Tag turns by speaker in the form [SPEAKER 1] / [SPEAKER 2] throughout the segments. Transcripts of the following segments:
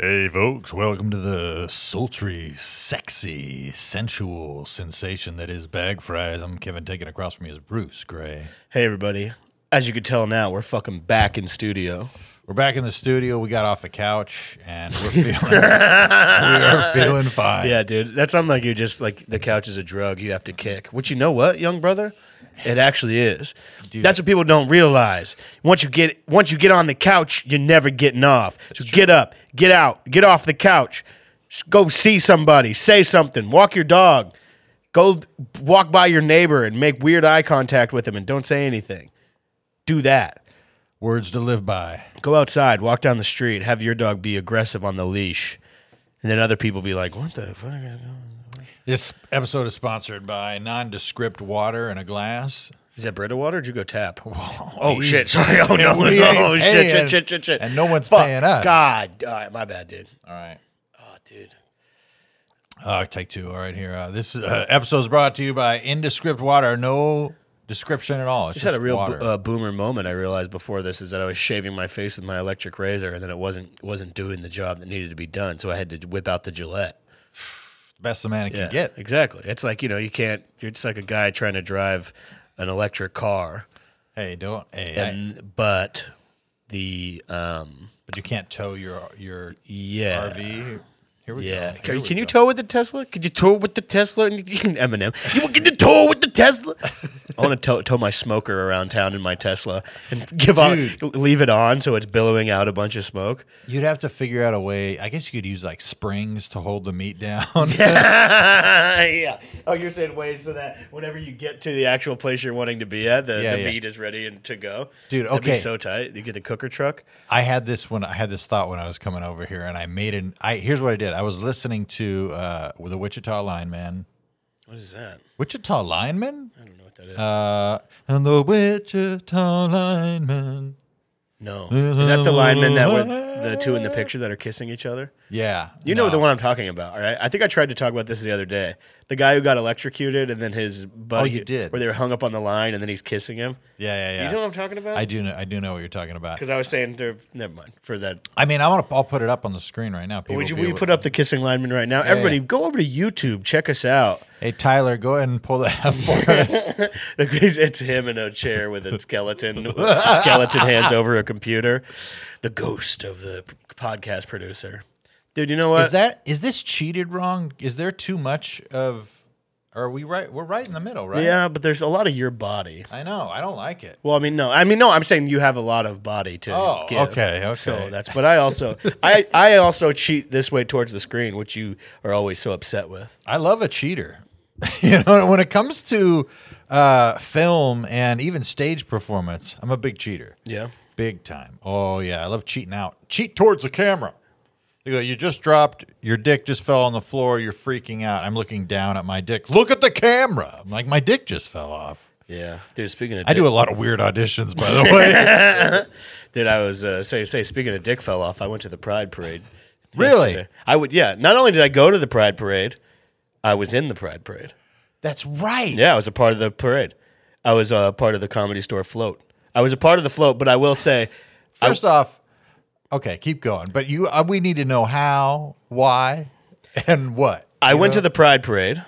[SPEAKER 1] Hey, folks, welcome to the sultry, sexy, sensual sensation that is bag fries. I'm Kevin Taken across from me is Bruce Gray.
[SPEAKER 2] Hey, everybody. As you could tell now, we're fucking back in studio.
[SPEAKER 1] We're back in the studio. We got off the couch and we're feeling, we are feeling fine.
[SPEAKER 2] Yeah, dude. That sounds like you just like the couch is a drug you have to kick. Which you know what, young brother? It actually is. That's what people don't realize. Once you get once you get on the couch, you're never getting off. so get up, get out, get off the couch. Just go see somebody, say something, walk your dog, go walk by your neighbor and make weird eye contact with him and don't say anything. Do that.
[SPEAKER 1] Words to live by.
[SPEAKER 2] go outside, walk down the street, have your dog be aggressive on the leash, and then other people be like, "What the fuck?"
[SPEAKER 1] This episode is sponsored by nondescript water in a glass.
[SPEAKER 2] Is that Brita water? Or did you go tap?
[SPEAKER 1] Oh,
[SPEAKER 2] Oh shit! Sorry. Oh no!
[SPEAKER 1] we ain't
[SPEAKER 2] Oh shit!
[SPEAKER 1] paying,
[SPEAKER 2] Shit! Shit! Shit! Shit!
[SPEAKER 1] and no one's
[SPEAKER 2] Fuck.
[SPEAKER 1] paying us.
[SPEAKER 2] God, all right, my bad, dude.
[SPEAKER 1] All right.
[SPEAKER 2] Oh, dude.
[SPEAKER 1] Uh, take two. All right, here. Uh, this uh, episode is brought to you by Indescript Water. No description at all. It's
[SPEAKER 2] Just had a real bo-
[SPEAKER 1] water.
[SPEAKER 2] uh, boomer moment. I realized before this is that I was shaving my face with my electric razor, and then it wasn't wasn't doing the job that needed to be done. So I had to whip out the Gillette.
[SPEAKER 1] Best the man can
[SPEAKER 2] Yeah,
[SPEAKER 1] get.
[SPEAKER 2] exactly. It's like you know you can't. You're just like a guy trying to drive an electric car.
[SPEAKER 1] Hey, don't. Hey, I-
[SPEAKER 2] and but the um
[SPEAKER 1] But you can't tow your your
[SPEAKER 2] yeah
[SPEAKER 1] RV. Here we
[SPEAKER 2] yeah
[SPEAKER 1] go. Oh, Here
[SPEAKER 2] can,
[SPEAKER 1] we
[SPEAKER 2] can you
[SPEAKER 1] go.
[SPEAKER 2] tow with the Tesla? Could you tow with the Tesla? And you can Eminem, you will get to tow with the Tesla. I want to tow, tow my smoker around town in my Tesla and give on leave it on so it's billowing out a bunch of smoke.
[SPEAKER 1] You'd have to figure out a way. I guess you could use like springs to hold the meat down.
[SPEAKER 2] yeah. Oh, you're saying ways so that whenever you get to the actual place you're wanting to be at, the,
[SPEAKER 1] Yeah,
[SPEAKER 2] the
[SPEAKER 1] yeah.
[SPEAKER 2] meat is ready and to go.
[SPEAKER 1] Dude,
[SPEAKER 2] That'd be
[SPEAKER 1] okay.
[SPEAKER 2] so tight. You get the cooker truck.
[SPEAKER 1] I had this when I had this thought when I was coming over here, and I made an. I here's what I did. I was listening to uh, the Wichita lineman.
[SPEAKER 2] What is that?
[SPEAKER 1] Wichita lineman.
[SPEAKER 2] I don't know what that is.
[SPEAKER 1] Uh, and the Wichita lineman.
[SPEAKER 2] No. Is that the linemen that with the two in the picture that are kissing each other?
[SPEAKER 1] Yeah,
[SPEAKER 2] You know the one I'm talking about, all right? I think I tried to talk about this the other day. The guy who got electrocuted and then his buddy
[SPEAKER 1] Oh, you did.
[SPEAKER 2] where they were hung up on the line and then he's kissing him.
[SPEAKER 1] Yeah, yeah, yeah.
[SPEAKER 2] You know what I'm talking about?
[SPEAKER 1] I do know. I do know what you're talking about.
[SPEAKER 2] Because I was saying they're never mind for that.
[SPEAKER 1] I mean, I want to. I'll put it up on the screen right now. People
[SPEAKER 2] Would you
[SPEAKER 1] will be
[SPEAKER 2] we
[SPEAKER 1] able-
[SPEAKER 2] put up the kissing lineman right now? Everybody go over to YouTube, check us out.
[SPEAKER 1] Hey Tyler, go ahead and pull that up for us.
[SPEAKER 2] it's it's him in a chair with a skeleton skeleton hands over a computer. The ghost of the p- podcast producer. Dude, you know what?
[SPEAKER 1] Is that is this cheated wrong? Is there too much of? Are we right? We're right in the middle, right?
[SPEAKER 2] yeah, but there's a lot of your body.
[SPEAKER 1] I know. I don't like it.
[SPEAKER 2] Well, I mean, no, I mean, no. I'm saying you have a lot of body to.
[SPEAKER 1] Oh,
[SPEAKER 2] give.
[SPEAKER 1] okay, okay.
[SPEAKER 2] So that's. But I also, I, I also cheat this way towards the screen, which you are always so upset with.
[SPEAKER 1] I love a cheater. you know, when it comes to uh, film and even stage performance, I'm a big cheater.
[SPEAKER 2] Yeah.
[SPEAKER 1] Big time. Oh yeah, I love cheating out. Cheat towards the camera. You go. You just dropped your dick. Just fell on the floor. You're freaking out. I'm looking down at my dick. Look at the camera. I'm like my dick just fell off.
[SPEAKER 2] Yeah, dude. Speaking of,
[SPEAKER 1] I do a lot of weird auditions, by the way.
[SPEAKER 2] dude, I was uh, say say speaking of dick fell off. I went to the Pride Parade.
[SPEAKER 1] Really?
[SPEAKER 2] yesterday. I would. Yeah. Not only did I go to the Pride Parade, I was in the Pride Parade.
[SPEAKER 1] That's right.
[SPEAKER 2] Yeah, I was a part of the parade. I was a uh, part of the comedy store float. I was a part of the float, but I will say, I-
[SPEAKER 1] First off, okay, keep going. But you, uh, we need to know how, why, and what.
[SPEAKER 2] I went to the Pride Parade.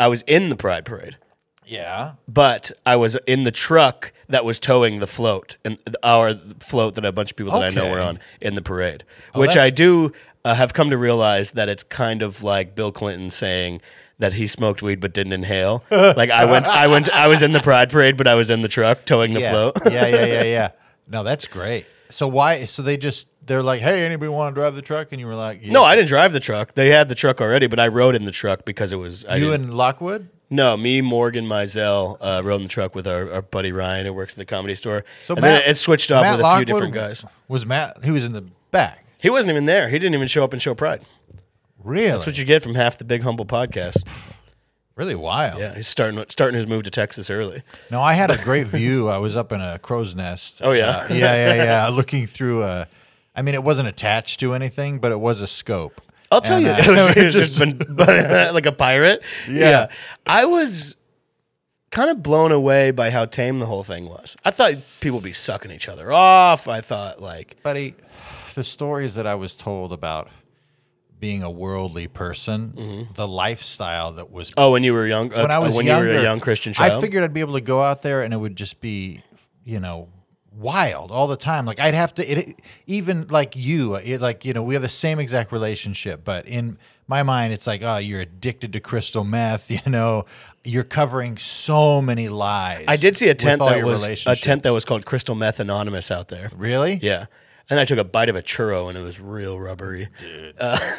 [SPEAKER 2] I was in the Pride Parade.
[SPEAKER 1] Yeah,
[SPEAKER 2] but I was in the truck that was towing the float and our float that a bunch of people that I know were
[SPEAKER 1] Okay.
[SPEAKER 2] on in the parade, which
[SPEAKER 1] that's-
[SPEAKER 2] I do uh, have come to realize that it's kind of like Bill Clinton saying that he smoked weed but didn't inhale. like I went, I went, I was in the pride parade, but I was in the truck towing the
[SPEAKER 1] yeah,
[SPEAKER 2] float.
[SPEAKER 1] yeah, yeah, yeah, yeah. No, that's great. So why? So they just they're like, hey, anybody want to drive the truck? And you were like, yeah.
[SPEAKER 2] No, I didn't drive the truck. They had the truck already, but I rode in the truck because it was I
[SPEAKER 1] you
[SPEAKER 2] didn't-
[SPEAKER 1] and Lockwood.
[SPEAKER 2] No, me, Morgan, Mizell uh, rode in the truck with our, our buddy Ryan, who works at the comedy store.
[SPEAKER 1] So
[SPEAKER 2] and then it- it switched off with a few different guys.
[SPEAKER 1] Was Matt? He was in the back.
[SPEAKER 2] He wasn't even there. He didn't even show up and show pride.
[SPEAKER 1] Really,
[SPEAKER 2] That's what you get from half the Big Humble podcast.
[SPEAKER 1] really wild.
[SPEAKER 2] Yeah, he's starting starting his move to Texas early.
[SPEAKER 1] No, I had a great view. I was up in a crow's nest.
[SPEAKER 2] Oh, yeah?
[SPEAKER 1] Uh, yeah, yeah, yeah. Looking through a, I mean, it wasn't attached to anything, but it was a scope.
[SPEAKER 2] I'll tell
[SPEAKER 1] And,
[SPEAKER 2] you,
[SPEAKER 1] uh,
[SPEAKER 2] it
[SPEAKER 1] it
[SPEAKER 2] was, it's just been like a pirate.
[SPEAKER 1] Yeah.
[SPEAKER 2] I was kind of blown away by how tame the whole thing was. I thought people would be sucking each other off. I thought like
[SPEAKER 1] buddy. the stories that I was told about being a worldly person, the lifestyle that was
[SPEAKER 2] Mm-hmm. Oh, when you were young.
[SPEAKER 1] when I was
[SPEAKER 2] when
[SPEAKER 1] younger,
[SPEAKER 2] you were a young Christian child.
[SPEAKER 1] I figured I'd be able to go out there and it would just be, you know, wild all the time. Like I'd have to, it, even like you, it, like you know, we have the same exact relationship, but in my mind, it's like, oh, you're addicted to crystal meth. You know, you're covering so many lies.
[SPEAKER 2] I did see a tent
[SPEAKER 1] with all
[SPEAKER 2] that
[SPEAKER 1] your
[SPEAKER 2] was a
[SPEAKER 1] relationships.
[SPEAKER 2] tent that was called Crystal Meth Anonymous out there.
[SPEAKER 1] Really?
[SPEAKER 2] Yeah. And I took a bite of a churro and it was real rubbery.
[SPEAKER 1] Oh,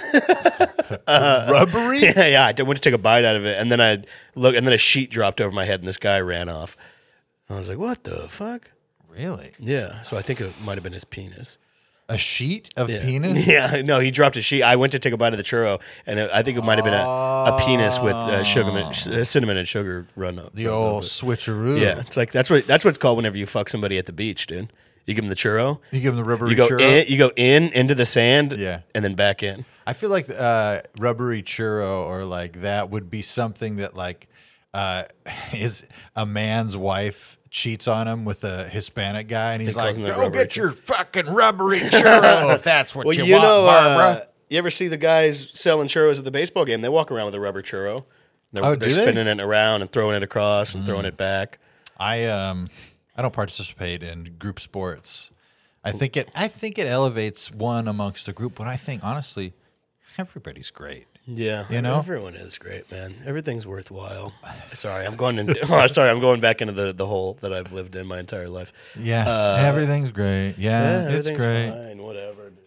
[SPEAKER 1] Rubbery.
[SPEAKER 2] yeah, yeah. I did- went to take a bite out of it and then I look and then a sheet dropped over my head and this guy ran off. I was like, what the fuck?
[SPEAKER 1] really?
[SPEAKER 2] Yeah. So I think it might have been his penis.
[SPEAKER 1] A sheet of penis?
[SPEAKER 2] Yeah, no, he dropped a sheet. I went to take a bite of the churro, and it, I think it might have been a, a penis with uh, sugar, uh, cinnamon and sugar run up.
[SPEAKER 1] Oh. The old switcheroo.
[SPEAKER 2] yeah, it's like that's what that's what it's called whenever you fuck somebody at the beach, dude. You give them the churro,
[SPEAKER 1] You give them the rubbery
[SPEAKER 2] you go "Eh."
[SPEAKER 1] churro.
[SPEAKER 2] in, you go in into the sand,
[SPEAKER 1] Yeah.
[SPEAKER 2] and then back in.
[SPEAKER 1] I feel like uh, rubbery churro or like that would be something that like uh, is a man's wife cheats on him with a Hispanic guy, and he's
[SPEAKER 2] calls
[SPEAKER 1] like,
[SPEAKER 2] him the
[SPEAKER 1] "Go
[SPEAKER 2] rubbery
[SPEAKER 1] get your fucking rubbery churro if that's what you, want,
[SPEAKER 2] uh,
[SPEAKER 1] Barbara."
[SPEAKER 2] you ever see the guys selling churros at the baseball game? They walk around with a rubber churro. They're,
[SPEAKER 1] Oh,
[SPEAKER 2] they're
[SPEAKER 1] do they? Mm.
[SPEAKER 2] spinning it around and throwing it across and throwing it back.
[SPEAKER 1] I um I don't participate in group sports. I think it I think it elevates one amongst a group, but I think honestly, everybody's great.
[SPEAKER 2] Yeah,
[SPEAKER 1] You know?
[SPEAKER 2] everyone is great, man. Everything's worthwhile. Sorry, I'm going. Into, oh, sorry, I'm going back into the the hole that I've lived in my entire life.
[SPEAKER 1] Yeah, everything's great. Yeah, Mm, it's
[SPEAKER 2] Uh, everything's
[SPEAKER 1] great.
[SPEAKER 2] fine. Whatever. Dude.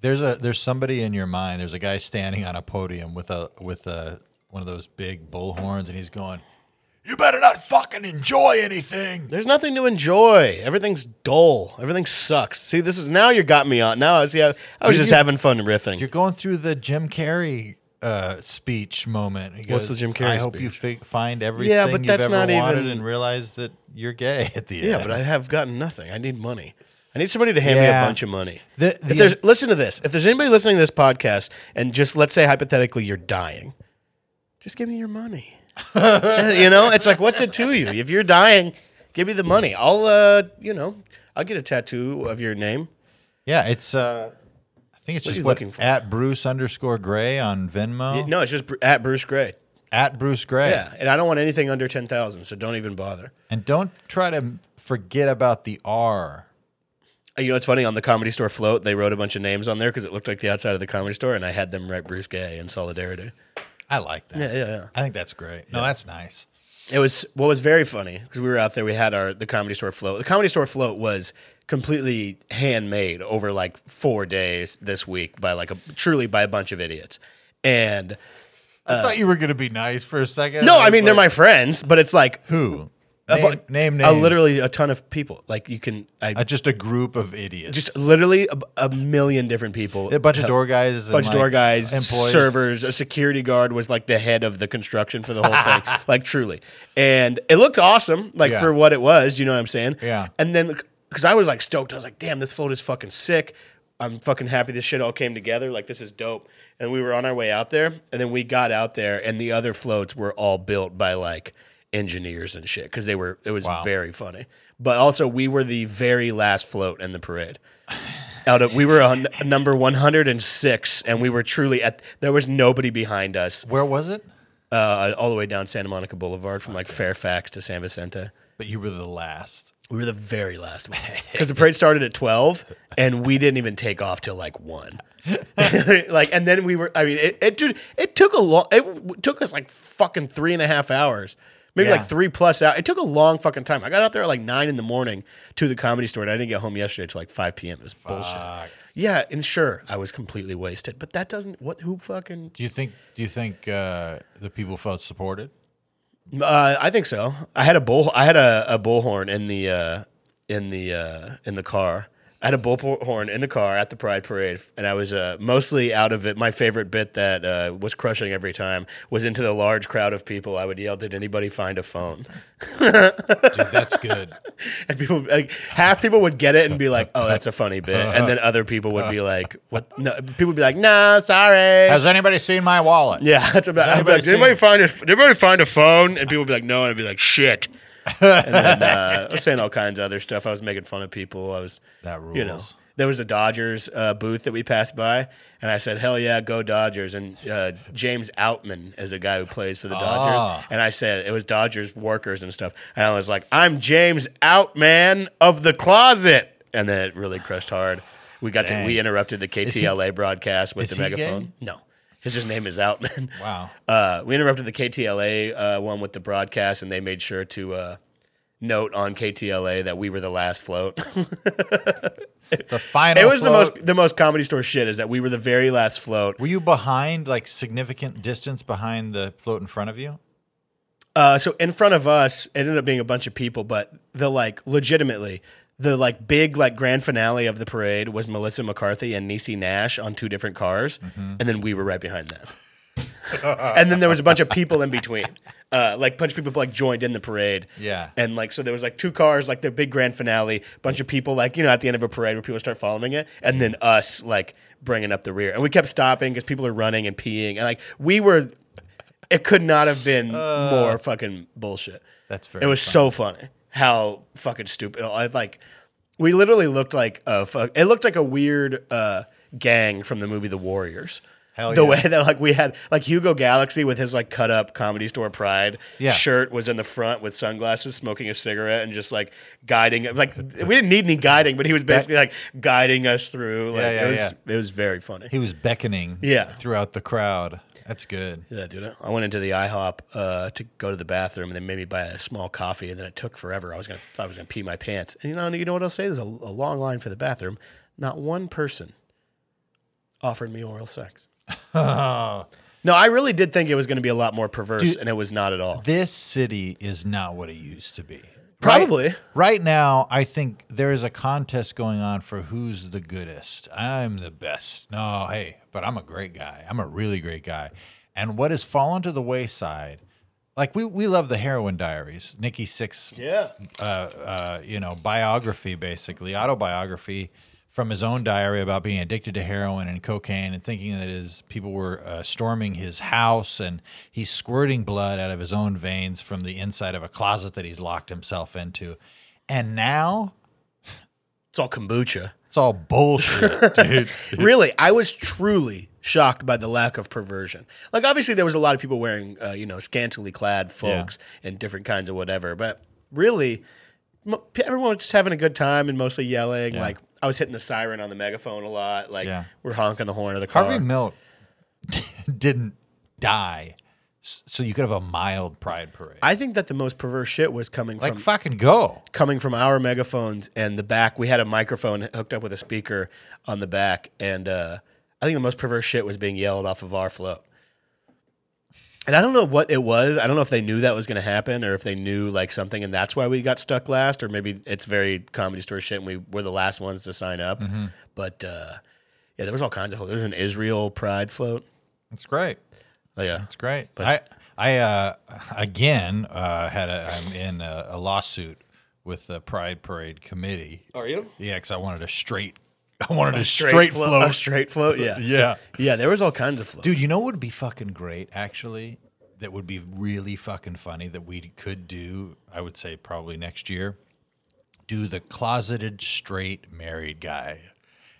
[SPEAKER 1] There's a there's somebody in your mind. There's a guy standing on a podium with a with a one of those big bullhorns, and he's going, "You better not fucking enjoy anything."
[SPEAKER 2] There's nothing to enjoy. Everything's dull. Everything sucks. See, this is now you got me on. Now I see. I, I was
[SPEAKER 1] Did
[SPEAKER 2] just
[SPEAKER 1] you-
[SPEAKER 2] having fun riffing.
[SPEAKER 1] You're going through the Jim Carrey uh, speech moment. He
[SPEAKER 2] What's the
[SPEAKER 1] goes,
[SPEAKER 2] Jim Carrey
[SPEAKER 1] I hope you fi- find everything
[SPEAKER 2] Yeah, but that's
[SPEAKER 1] you've ever
[SPEAKER 2] not
[SPEAKER 1] wanted
[SPEAKER 2] even-
[SPEAKER 1] and realize that you're gay at the
[SPEAKER 2] yeah,
[SPEAKER 1] end.
[SPEAKER 2] but I have gotten nothing. I need money. I need somebody to hand me
[SPEAKER 1] Yeah.
[SPEAKER 2] a bunch of money.
[SPEAKER 1] The- the-
[SPEAKER 2] if there's listen to this. If there's anybody listening to this podcast, and just let's say hypothetically you're dying, just give me your money. you know, it's like what's it to you? If you're dying, give me the money. I'll uh, you know, I'll get a tattoo of your name.
[SPEAKER 1] yeah, it's. Uh, I think it's
[SPEAKER 2] are
[SPEAKER 1] just
[SPEAKER 2] you
[SPEAKER 1] what
[SPEAKER 2] looking for?
[SPEAKER 1] at Bruce underscore Gray on Venmo.
[SPEAKER 2] No, it's just Bru- at Bruce Gray.
[SPEAKER 1] At Bruce Gray.
[SPEAKER 2] Yeah, and I don't want anything under ten thousand, so don't even bother.
[SPEAKER 1] And don't try to forget about the R.
[SPEAKER 2] You know, it's funny on the comedy store float, they wrote a bunch of names on there because it looked like the outside of the comedy store, and I had them write Bruce Gay in solidarity.
[SPEAKER 1] I like that.
[SPEAKER 2] Yeah, yeah, yeah.
[SPEAKER 1] I think that's great. No, that's nice.
[SPEAKER 2] It was what was very funny because we were out there. We had our the comedy store float. The comedy store float was completely handmade over like four days this week by like a truly by a bunch of idiots. And
[SPEAKER 1] I thought you were going to be nice for a second.
[SPEAKER 2] Uh, no,
[SPEAKER 1] and
[SPEAKER 2] I mean they're
[SPEAKER 1] was
[SPEAKER 2] my friends, but it's like
[SPEAKER 1] like, who
[SPEAKER 2] a
[SPEAKER 1] name
[SPEAKER 2] bu-
[SPEAKER 1] name,
[SPEAKER 2] a,
[SPEAKER 1] names.
[SPEAKER 2] literally a ton of people. Like you can, I
[SPEAKER 1] Uh, just a group of idiots.
[SPEAKER 2] just literally a, a million different people.
[SPEAKER 1] a bunch of door guys,
[SPEAKER 2] bunch of door guys,
[SPEAKER 1] employees.
[SPEAKER 2] servers, a security guard was like the head of the construction for the whole thing, like truly. And it looked awesome, like
[SPEAKER 1] Yeah.
[SPEAKER 2] for what it was. You know what I'm saying?
[SPEAKER 1] Yeah.
[SPEAKER 2] And then, because I was like stoked, I was like, "Damn, this float is fucking sick." I'm fucking happy this shit all came together. Like this is dope. And we were on our way out there, and then we got out there, and the other floats were all built by like engineers and shit because they were. It was very funny. But also, we were the very last float in the parade out of we were on number 106 and we were truly at there was nobody behind us
[SPEAKER 1] Where was it?
[SPEAKER 2] uh, all the way down santa monica boulevard from like fairfax to san vicente
[SPEAKER 1] But you were the last.
[SPEAKER 2] we were the very last ones because the parade started at 12 and we didn't even take off till like 1 like and then we were i mean it, it dude, it took a long it w- took us like fucking three and a half hours maybe
[SPEAKER 1] Yeah.
[SPEAKER 2] like three plus out it took a long fucking time i got out there at like 9 in the morning to the comedy store and i didn't get home yesterday till like 5 p.m it was bullshit yeah and sure i was completely wasted but that doesn't what who fucking
[SPEAKER 1] Do you think? Do you think uh, the people felt supported?
[SPEAKER 2] Uh, I think so. I had a bull. I had a, a bullhorn in the uh, in the uh, in the car. I had a bullhorn in the car at the Pride Parade, and I was uh, mostly out of it. My favorite bit that uh, was crushing every time was into the large crowd of people. I would yell, "Did anybody find a phone?"
[SPEAKER 1] Dude, that's good.
[SPEAKER 2] And people, like half people, would get it and be like, "Oh, that's a funny bit," and then other people would be like, "What?" No, people would be like, "No, sorry."
[SPEAKER 1] Has anybody seen my wallet?
[SPEAKER 2] Yeah, that's about. I'd be
[SPEAKER 1] anybody
[SPEAKER 2] like, did anybody find a, did anybody find a phone? And people would be like, no, and I'd be like, shit. and then uh, I was saying all kinds of other stuff. I was making fun of people. I was
[SPEAKER 1] That
[SPEAKER 2] You know,
[SPEAKER 1] rules.
[SPEAKER 2] there was a Dodgers uh, booth that we passed by, and I said, "Hell yeah, go Dodgers!" And uh, James Outman is a guy who plays for the Dodgers,
[SPEAKER 1] Ah.
[SPEAKER 2] and I said it was Dodgers workers and stuff, and I was like, "I'm James Outman of the closet," and then it really crushed hard. We got to
[SPEAKER 1] Dang.
[SPEAKER 2] we interrupted the KTLA broadcast with
[SPEAKER 1] is
[SPEAKER 2] the
[SPEAKER 1] he
[SPEAKER 2] megaphone. No, his just name is Outman.
[SPEAKER 1] Wow.
[SPEAKER 2] Uh, we interrupted the KTLA uh, one with the broadcast, and they made sure to uh, note on KTLA that we were the last float.
[SPEAKER 1] The final.
[SPEAKER 2] it was the
[SPEAKER 1] float-
[SPEAKER 2] most the most comedy store shit is that we were the very last float.
[SPEAKER 1] Were you behind, like significant distance behind the float in front of you?
[SPEAKER 2] Uh, so in front of us, it ended up being a bunch of people, but the like legitimately. The like big like grand finale of the parade was Melissa McCarthy and Niecy Nash on two different cars, and then we were right behind them. and then there was a bunch of people in between, uh, like bunch of people like joined in the parade.
[SPEAKER 1] Yeah.
[SPEAKER 2] and like so there was like two cars, like the big grand finale, bunch of people like you know at the end of a parade where people start following it, and then us like bringing up the rear, and we kept stopping because people are running and peeing, and like we were, it could not have been more fucking bullshit.
[SPEAKER 1] Uh, That's very
[SPEAKER 2] It was so funny how fucking stupid. I like we literally looked like a fuck. It looked like a weird uh, gang from the movie The Warriors.
[SPEAKER 1] Hell
[SPEAKER 2] the
[SPEAKER 1] yeah.
[SPEAKER 2] way that like we had like Hugo Galaxy with his like cut up comedy store pride
[SPEAKER 1] Yeah.
[SPEAKER 2] shirt was in the front with sunglasses, smoking a cigarette, and just like guiding. Like we didn't need any guiding, but he was basically like guiding us through. Like,
[SPEAKER 1] Yeah, yeah,
[SPEAKER 2] it was
[SPEAKER 1] yeah.
[SPEAKER 2] it was very funny.
[SPEAKER 1] He was beckoning.
[SPEAKER 2] Yeah.
[SPEAKER 1] Throughout the crowd. That's good.
[SPEAKER 2] Yeah, dude. I went into the IHOP uh, to go to the bathroom, and they made me buy a small coffee, and then it took forever. I was gonna thought I was gonna pee my pants, and you know, you know what I'll say? There's a, a long line for the bathroom. Not one person offered me oral sex. No, I really did think it was gonna be a lot more perverse, and it was not at all.
[SPEAKER 1] This city is not what it used to be.
[SPEAKER 2] Probably.
[SPEAKER 1] Right, right now, I think there is a contest going on for who's the goodest. I'm the best. No, hey, but I'm a great guy. I'm a really great guy. And what has fallen to the wayside, like we, we love the heroin diaries, Nikki Six
[SPEAKER 2] Yeah.
[SPEAKER 1] uh, uh, you know, biography, basically autobiography from his own diary about being addicted to heroin and cocaine and thinking that his people were uh, storming his house and he's squirting blood out of his own veins from the inside of a closet that he's locked himself into. And now
[SPEAKER 2] It's all kombucha.
[SPEAKER 1] it's all bullshit, dude.
[SPEAKER 2] really, I was truly shocked by the lack of perversion. Like, obviously, there was a lot of people wearing, uh, you know, scantily clad folks and different kinds of whatever, but really, mo- everyone was just having a good time and mostly yelling. Like, I was hitting the siren on the megaphone a lot. Like,
[SPEAKER 1] Yeah.
[SPEAKER 2] we're honking the horn of the car.
[SPEAKER 1] Harvey Milk didn't die, s- so you could have a mild pride parade.
[SPEAKER 2] I think that the most perverse shit was coming
[SPEAKER 1] like,
[SPEAKER 2] from
[SPEAKER 1] fucking go.
[SPEAKER 2] coming from our megaphones and the back. We had a microphone hooked up with a speaker on the back, and uh, I think the most perverse shit was being yelled off of our float. And I don't know what it was. I don't know if they knew that was going to happen, or if they knew like something, and that's why we got stuck last, or maybe it's very comedy store shit, and we were the last ones to sign up. But uh, yeah, there was all kinds of. There was an Israel pride float.
[SPEAKER 1] It's great.
[SPEAKER 2] Oh, yeah,
[SPEAKER 1] It's great. I I uh, again uh, had a I'm in a, a lawsuit with the Pride Parade committee.
[SPEAKER 2] are you
[SPEAKER 1] Yeah, because I wanted a straight. I wanted a straight,
[SPEAKER 2] flo-
[SPEAKER 1] flow.
[SPEAKER 2] a straight float? Yeah,
[SPEAKER 1] Yeah,
[SPEAKER 2] yeah. There was all kinds of floats.
[SPEAKER 1] dude. You know what would be fucking great? Actually, that would be really fucking funny. That we could do. I would say probably next year. Do the closeted straight married guy.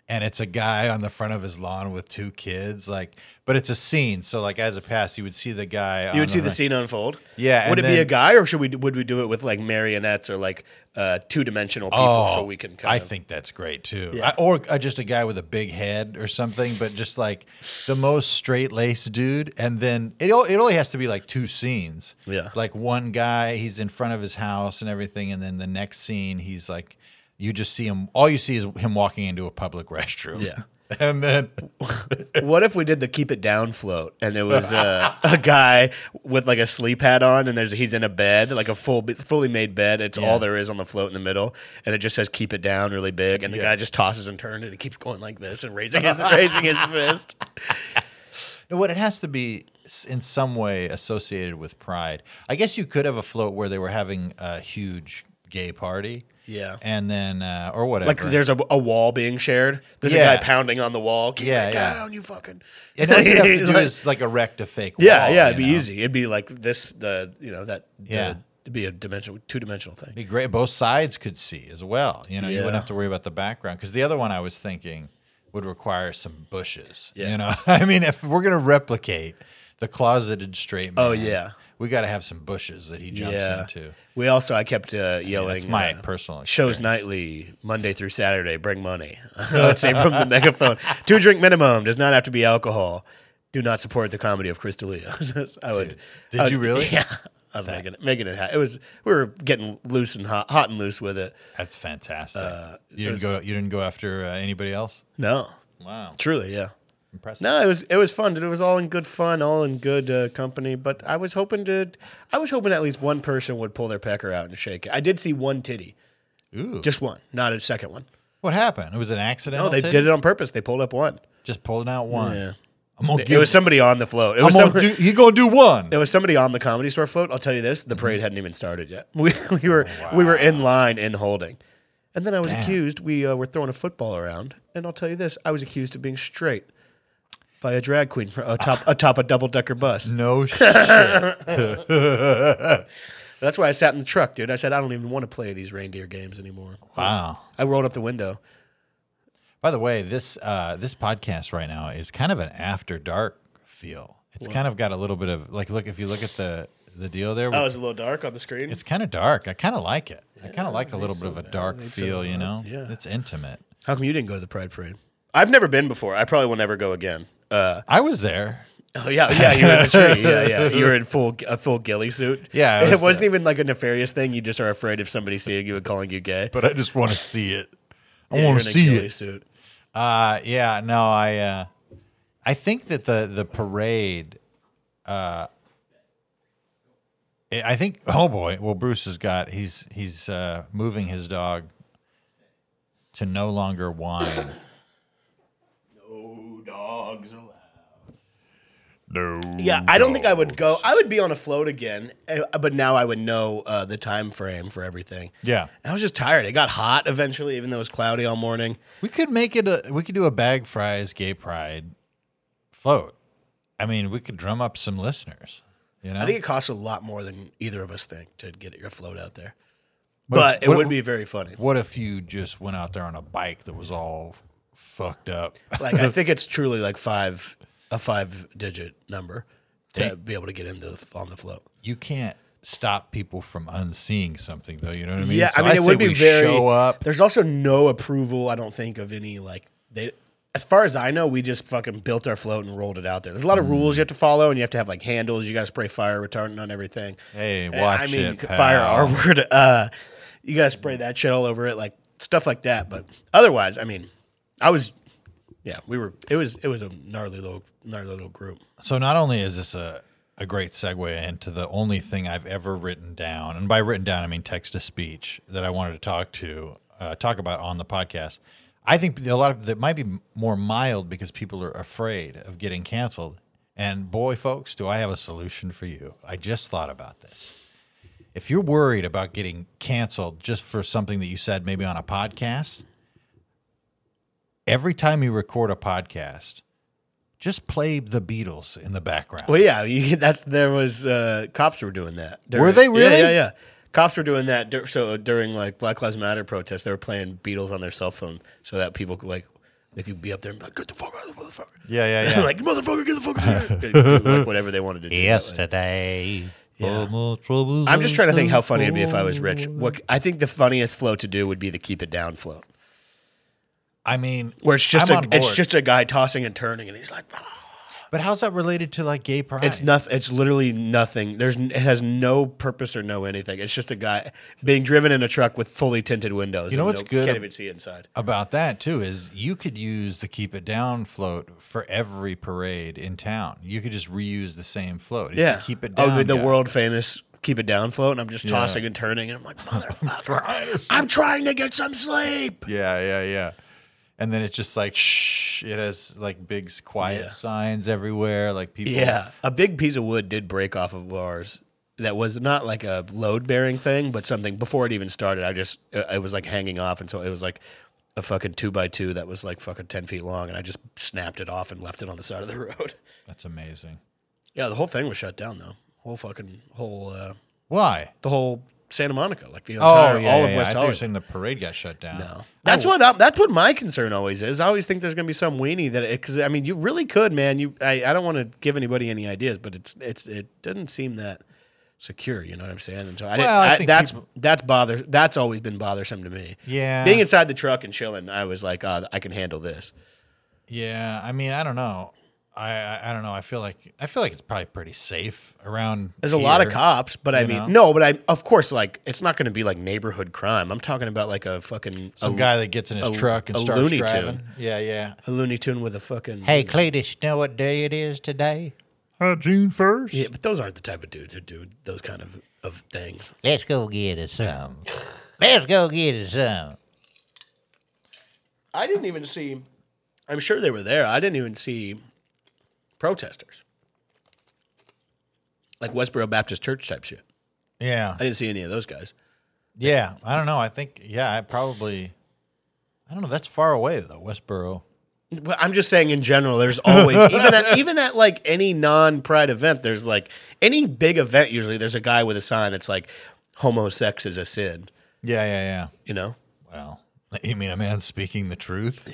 [SPEAKER 1] And it's a guy on the front of his lawn with two kids, like, but it's a scene. So, like, as it passed, you would see the guy.
[SPEAKER 2] You would see the scene unfold.
[SPEAKER 1] Yeah,
[SPEAKER 2] Would it
[SPEAKER 1] and
[SPEAKER 2] be a
[SPEAKER 1] then-
[SPEAKER 2] guy, or should we? Would we do it with like marionettes or like uh, two dimensional people, so we can? Kind
[SPEAKER 1] Oh, I
[SPEAKER 2] of,
[SPEAKER 1] think that's great too. I, or uh, just a guy with a big head or something, but just like the most straight laced dude. And then it o- it only has to be like two scenes.
[SPEAKER 2] Yeah.
[SPEAKER 1] like one guy he's in front of his house and everything, and then the next scene he's like, you just see him. All you see is him walking into a public restroom.
[SPEAKER 2] Yeah.
[SPEAKER 1] and then
[SPEAKER 2] What if we did the keep it down float, and it was uh, a guy with like a sleep hat on, and there's he's in a bed, like a full, fully made bed. It's all there is on the float in the middle, and it just says "keep it down" really big, and the guy just tosses and turns, and it keeps going like this and raising his raising his fist.
[SPEAKER 1] No, what it has to be s- in some way associated with pride. I guess you could have a float where they were having a huge gay party.
[SPEAKER 2] Yeah.
[SPEAKER 1] and then uh, or whatever.
[SPEAKER 2] Like there's a, a wall being shared. There's a
[SPEAKER 1] Yeah.
[SPEAKER 2] guy pounding on the wall. Keep
[SPEAKER 1] Yeah,
[SPEAKER 2] it
[SPEAKER 1] yeah.
[SPEAKER 2] down, you fucking.
[SPEAKER 1] And all you have to
[SPEAKER 2] He's
[SPEAKER 1] do
[SPEAKER 2] like-
[SPEAKER 1] is like erect a fake wall.
[SPEAKER 2] Yeah, yeah, it'd
[SPEAKER 1] you
[SPEAKER 2] be
[SPEAKER 1] know?
[SPEAKER 2] easy. It'd be like this, the you know that the
[SPEAKER 1] Yeah.
[SPEAKER 2] It'd be a dimensional, two dimensional thing.
[SPEAKER 1] Be great. Both sides could see as well. You know, you wouldn't
[SPEAKER 2] Yeah.
[SPEAKER 1] have to worry about the background because the other one I was thinking would require some bushes.
[SPEAKER 2] Yeah.
[SPEAKER 1] You know, I mean, if we're gonna replicate the closeted straight man,
[SPEAKER 2] Oh, yeah.
[SPEAKER 1] we got to have some bushes that he jumps into.
[SPEAKER 2] We also, I kept uh, yelling.
[SPEAKER 1] that's my
[SPEAKER 2] uh,
[SPEAKER 1] personal
[SPEAKER 2] shows nightly, Monday through Saturday. Bring money. I'd say from the megaphone. Two drink minimum does not have to be alcohol. Do not support the comedy of Chris D'Elia. I would.
[SPEAKER 1] did
[SPEAKER 2] I would-
[SPEAKER 1] you really?
[SPEAKER 2] Yeah, I was making it, making it. ha- It was we were getting loose and hot, hot and loose with it.
[SPEAKER 1] That's fantastic.
[SPEAKER 2] Uh,
[SPEAKER 1] you didn't go. You didn't go after uh, anybody else.
[SPEAKER 2] No,
[SPEAKER 1] Wow,
[SPEAKER 2] truly, yeah.
[SPEAKER 1] impressive.
[SPEAKER 2] No, it was it was fun. It was all in good fun, all in good uh, company. But I was hoping to, I was hoping at least one person would pull their pecker out and shake it. I did see one titty,
[SPEAKER 1] Ooh,
[SPEAKER 2] just one, not a second one.
[SPEAKER 1] what happened? It was an accident.
[SPEAKER 2] No, they did it on purpose. They pulled up one.
[SPEAKER 1] Just pulling out one.
[SPEAKER 2] Yeah.
[SPEAKER 1] I'm gonna
[SPEAKER 2] It
[SPEAKER 1] give.
[SPEAKER 2] was somebody on the float. It
[SPEAKER 1] I'm
[SPEAKER 2] was,
[SPEAKER 1] gonna
[SPEAKER 2] somebody,
[SPEAKER 1] do, he gonna do one.
[SPEAKER 2] it was somebody on the comedy store float. I'll tell you this: the parade hadn't even started yet. We, we were we were in line and holding, and then I was accused. We uh, were throwing a football around, and I'll tell you this: I was accused of being straight by a drag queen for, atop atop a double decker bus.
[SPEAKER 1] No shit.
[SPEAKER 2] That's why I sat in the truck, dude. I said I don't even want to play these reindeer games anymore.
[SPEAKER 1] wow.
[SPEAKER 2] I rolled up the window.
[SPEAKER 1] By the way, this uh, this podcast right now is kind of an after dark feel. It's kind of got a little bit of like look if you look at the the deal there.
[SPEAKER 2] it's a little dark on the screen.
[SPEAKER 1] it's kind of dark. I kind of like it. I kind of like a little bit of a dark feel, you know?
[SPEAKER 2] yeah.
[SPEAKER 1] It's intimate.
[SPEAKER 2] How come you didn't go to the Pride Parade? I've never been before. I probably will never go again. Uh,
[SPEAKER 1] I was there.
[SPEAKER 2] Oh yeah, yeah, you were in the tree. Yeah, yeah, you were in full a full ghillie suit.
[SPEAKER 1] Yeah, I
[SPEAKER 2] it,
[SPEAKER 1] was,
[SPEAKER 2] was, uh, not even like a nefarious thing. You just are afraid of somebody seeing you and calling you gay.
[SPEAKER 1] But I just want to see it. I
[SPEAKER 2] Yeah, you're
[SPEAKER 1] want
[SPEAKER 2] in
[SPEAKER 1] to
[SPEAKER 2] a
[SPEAKER 1] see
[SPEAKER 2] ghillie
[SPEAKER 1] it.
[SPEAKER 2] Suit.
[SPEAKER 1] Uh yeah, no, I uh I think that the the parade uh I I think oh boy, well Bruce has got he's he's uh moving his dog to no longer whine.
[SPEAKER 2] Oh, dogs
[SPEAKER 1] no.
[SPEAKER 2] Yeah, I don't think I would go. I would be on a float again, eh, but now I would know uh, the time frame for everything.
[SPEAKER 1] Yeah.
[SPEAKER 2] And I was just tired. It got hot eventually, even though it was cloudy all morning.
[SPEAKER 1] We could make it a we could do a bag fries gay pride float. I mean, we could drum up some listeners, you know.
[SPEAKER 2] I think it costs a lot more than either of us think to get your float out there,
[SPEAKER 1] What if-
[SPEAKER 2] but it
[SPEAKER 1] what-
[SPEAKER 2] would be very funny.
[SPEAKER 1] what if you just went out there on a bike that was all fucked up?
[SPEAKER 2] Like I think it's truly like five a five digit number to be able to get into the, on the float.
[SPEAKER 1] you can't stop people from unseeing something though you know what i mean
[SPEAKER 2] Yeah,
[SPEAKER 1] So
[SPEAKER 2] I mean it
[SPEAKER 1] say
[SPEAKER 2] would be
[SPEAKER 1] we
[SPEAKER 2] very.
[SPEAKER 1] show up
[SPEAKER 2] There's also no approval. I don't think of any like they. As far as I know, we just fucking built our float and rolled it out there. There's a lot of
[SPEAKER 1] Hmm.
[SPEAKER 2] rules you have to follow, and you have to have like handles. You got to spray fire retardant on everything.
[SPEAKER 1] Hey,
[SPEAKER 2] And,
[SPEAKER 1] watch
[SPEAKER 2] I mean,
[SPEAKER 1] it, pal.
[SPEAKER 2] fire R word. Uh, you got to spray that shit all over it, like stuff like that. But otherwise, I mean, I was, yeah, we were. It was it was a gnarly little gnarly little group.
[SPEAKER 1] so not only is this a, a great segue into the only thing i've ever written down and by written down i mean text to speech that i wanted to talk to uh, talk about on the podcast i think a lot of that might be more mild because people are afraid of getting canceled and boy folks do i have a solution for you i just thought about this if you're worried about getting canceled just for something that you said maybe on a podcast, every time you record a podcast, just play the Beatles in the background.
[SPEAKER 2] Well, yeah, you, that's there was uh, cops were doing that.
[SPEAKER 1] Were they really?
[SPEAKER 2] Yeah, yeah, yeah. Cops were doing that. Dur- so during like Black Lives Matter protests, they were playing Beatles on their cell phone so that people could like they could be up there and be like, "Get the fuck out of the motherfucker!"
[SPEAKER 1] Yeah, yeah, yeah.
[SPEAKER 2] like motherfucker, get the fuck out of here! They could do, like whatever they wanted to do.
[SPEAKER 1] Yesterday.
[SPEAKER 2] Yeah.
[SPEAKER 1] all my troubles
[SPEAKER 2] I'm just
[SPEAKER 1] are
[SPEAKER 2] trying to think how
[SPEAKER 1] so
[SPEAKER 2] funny it'd be if I was rich. What I think the funniest float to do would be the keep it down float,
[SPEAKER 1] I mean,
[SPEAKER 2] where it's just
[SPEAKER 1] I'm
[SPEAKER 2] a
[SPEAKER 1] on
[SPEAKER 2] it's
[SPEAKER 1] board.
[SPEAKER 2] just a guy tossing and turning, and he's like. "Ah."
[SPEAKER 1] But how's that related to like gay pride?
[SPEAKER 2] It's nothing. It's literally nothing. There's n- it has no purpose or no anything. It's just a guy being driven in a truck with fully tinted windows. You
[SPEAKER 1] know what's good?
[SPEAKER 2] Can't even see inside.
[SPEAKER 1] about that too is you could use the keep it down float for every parade in town. You could just reuse the same float. It's the
[SPEAKER 2] Yeah,
[SPEAKER 1] keep it down.
[SPEAKER 2] Oh, the
[SPEAKER 1] guy.
[SPEAKER 2] world famous keep it down float, and I'm just tossing and turning, and I'm like, motherfucker, I'm trying to get some sleep.
[SPEAKER 1] Yeah, yeah, yeah. And then it's just like shh. It has like big s- quiet
[SPEAKER 2] Yeah.
[SPEAKER 1] signs everywhere. Like people.
[SPEAKER 2] Yeah, a big piece of wood did break off of ours. That was not like a load bearing thing, but something before it even started. I just uh, it was like hanging off, and so it was like a fucking two by two that was like fucking ten feet long, and I just snapped it off and left it on the side of the road.
[SPEAKER 1] That's amazing.
[SPEAKER 2] Yeah, the whole thing was shut down though. Whole fucking whole. Uh,
[SPEAKER 1] Why?
[SPEAKER 2] The whole Santa Monica, like the
[SPEAKER 1] Oh,
[SPEAKER 2] entire
[SPEAKER 1] yeah,
[SPEAKER 2] all
[SPEAKER 1] yeah,
[SPEAKER 2] of West
[SPEAKER 1] I thought you were
[SPEAKER 2] Hollywood.
[SPEAKER 1] saying the parade got shut down. No.
[SPEAKER 2] That's what I, that's what my concern always is. I always think there's going to be some weenie that because I mean you really could, man. You I, I don't want to give anybody any ideas, but it's it's it doesn't seem that secure. You know what I'm saying? And so I, didn't,
[SPEAKER 1] Well, I
[SPEAKER 2] I
[SPEAKER 1] think
[SPEAKER 2] that's
[SPEAKER 1] people-
[SPEAKER 2] that's bother that's always been bothersome to me.
[SPEAKER 1] Yeah.
[SPEAKER 2] being inside the truck and chilling, I was like, oh, I can handle this.
[SPEAKER 1] Yeah, I mean, I don't know. I, I I don't know. I feel like I feel like it's probably pretty safe around.
[SPEAKER 2] There's a lot of
[SPEAKER 1] here.
[SPEAKER 2] cops, but I
[SPEAKER 1] you
[SPEAKER 2] mean,
[SPEAKER 1] know?
[SPEAKER 2] no, but I of course like it's not going to be like neighborhood crime. I'm talking about like a fucking
[SPEAKER 1] Some
[SPEAKER 2] a,
[SPEAKER 1] guy that gets in his
[SPEAKER 2] a-
[SPEAKER 1] truck and
[SPEAKER 2] a
[SPEAKER 1] starts
[SPEAKER 2] Looney Tune.
[SPEAKER 1] driving. Yeah, yeah.
[SPEAKER 2] a Looney Tune with a fucking
[SPEAKER 1] Hey, Cletus, know what day it is today? Uh, June first.
[SPEAKER 2] Yeah, but those aren't the type of dudes who do those kind of of things.
[SPEAKER 1] Let's go get us some. Let's go get us some.
[SPEAKER 2] I didn't even see. I'm sure they were there. I didn't even see protesters, like Westboro Baptist Church type shit.
[SPEAKER 1] Yeah,
[SPEAKER 2] I didn't see any of those guys.
[SPEAKER 1] yeah. I don't know. I think yeah. I probably. I don't know. That's far away though, Westboro.
[SPEAKER 2] But I'm just saying, in general, there's always even at, even at like any non-pride event, there's like any big event. Usually, there's a guy with a sign that's like "homosex is a sin."
[SPEAKER 1] Yeah, yeah, yeah.
[SPEAKER 2] You know?
[SPEAKER 1] Well, you mean a man speaking the truth?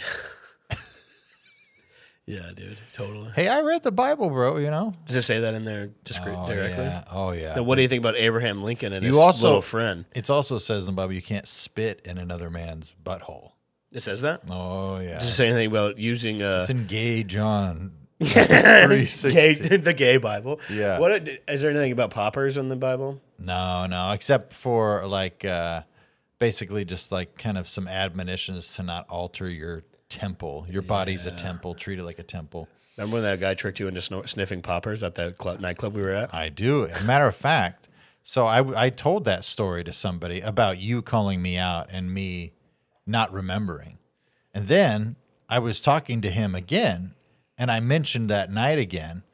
[SPEAKER 2] Yeah, dude, totally.
[SPEAKER 1] hey, I read the Bible, bro. You know.
[SPEAKER 2] Does it say that in there discreet
[SPEAKER 1] Oh
[SPEAKER 2] directly?
[SPEAKER 1] yeah. Oh yeah.
[SPEAKER 2] Now, what do you think about Abraham Lincoln and
[SPEAKER 1] You
[SPEAKER 2] his
[SPEAKER 1] also-
[SPEAKER 2] little friend?
[SPEAKER 1] It also says in the Bible you can't spit in another man's butthole.
[SPEAKER 2] It says that.
[SPEAKER 1] Oh yeah.
[SPEAKER 2] Does it say anything about using uh,
[SPEAKER 1] It's in Gay John.
[SPEAKER 2] gay,
[SPEAKER 1] 360.
[SPEAKER 2] the gay Bible?
[SPEAKER 1] Yeah.
[SPEAKER 2] What it- is there anything about poppers in the Bible?
[SPEAKER 1] No, no, except for like uh, basically just like kind of some admonitions to not alter your temple. Your body's a temple. Treat it like a temple.
[SPEAKER 2] Remember when that guy tricked you into snor- sniffing poppers at that club, nightclub we were at?
[SPEAKER 1] I do. As a matter of fact, so I I told that story to somebody about you calling me out and me not remembering. And then I was talking to him again and I mentioned that night again.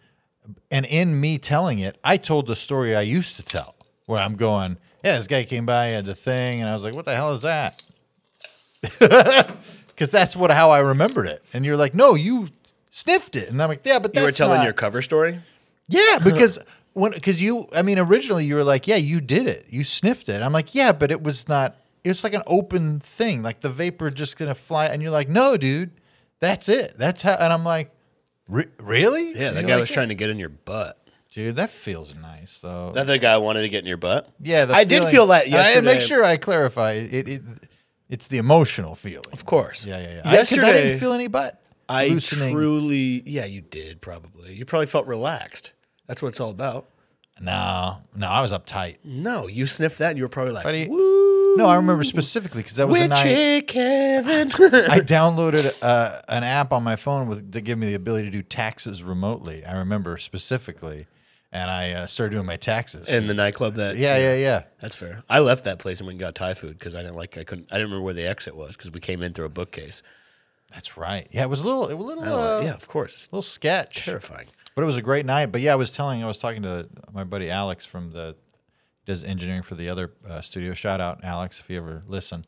[SPEAKER 1] And in me telling it, I told the story I used to tell where I'm going, yeah, this guy came by, he had the thing, and I was like, what the hell is that? Because that's what how I remembered it. And you're like, no, you sniffed it. And I'm like, yeah, but that's
[SPEAKER 2] You were telling
[SPEAKER 1] not-
[SPEAKER 2] your cover story.
[SPEAKER 1] yeah, because when because you, I mean, originally you were like, yeah, you did it, you sniffed it. I'm like, yeah, but it was not. It's like an open thing, like the vapor just gonna fly. And you're like, no, dude, that's it. That's how. And I'm like, "Re- really?
[SPEAKER 2] Yeah,
[SPEAKER 1] And
[SPEAKER 2] that
[SPEAKER 1] you're
[SPEAKER 2] guy
[SPEAKER 1] like,
[SPEAKER 2] was trying to get in your butt.
[SPEAKER 1] Dude, that feels nice though.
[SPEAKER 2] That other guy wanted to get in your butt.
[SPEAKER 1] yeah, the
[SPEAKER 2] I did
[SPEAKER 1] feeling-
[SPEAKER 2] feel that
[SPEAKER 1] And I-
[SPEAKER 2] yesterday.
[SPEAKER 1] make sure I clarify it. it it's the emotional feeling.
[SPEAKER 2] of course.
[SPEAKER 1] Yeah, yeah, yeah. Because I,
[SPEAKER 2] Yesterday,
[SPEAKER 1] didn't feel any butt.
[SPEAKER 2] I
[SPEAKER 1] loosening.
[SPEAKER 2] truly, yeah, you did probably. You probably felt relaxed. That's what it's all about.
[SPEAKER 1] no, no, I was uptight.
[SPEAKER 2] No, you sniffed that. and You were probably like,
[SPEAKER 1] Buddy,
[SPEAKER 2] "Woo,
[SPEAKER 1] No, I remember specifically because that was the night.
[SPEAKER 2] witchy Kevin."
[SPEAKER 1] I downloaded uh, an app on my phone with, to give me the ability to do taxes remotely. I remember specifically, and I uh, started doing my taxes.
[SPEAKER 2] in the nightclub that
[SPEAKER 1] yeah, yeah, yeah.
[SPEAKER 2] That's fair. I left that place and went and got Thai food because I didn't like I couldn't I didn't remember where the exit was because we came in through a bookcase.
[SPEAKER 1] That's right. Yeah, it was a little, it was a little,
[SPEAKER 2] I don't
[SPEAKER 1] uh,
[SPEAKER 2] like- yeah, of course, it's
[SPEAKER 1] little sketch,
[SPEAKER 2] terrifying.
[SPEAKER 1] but it was a great night. But yeah, I was telling, I was talking to my buddy Alex from the does engineering for the other uh, studio. Shout out Alex if you ever listen.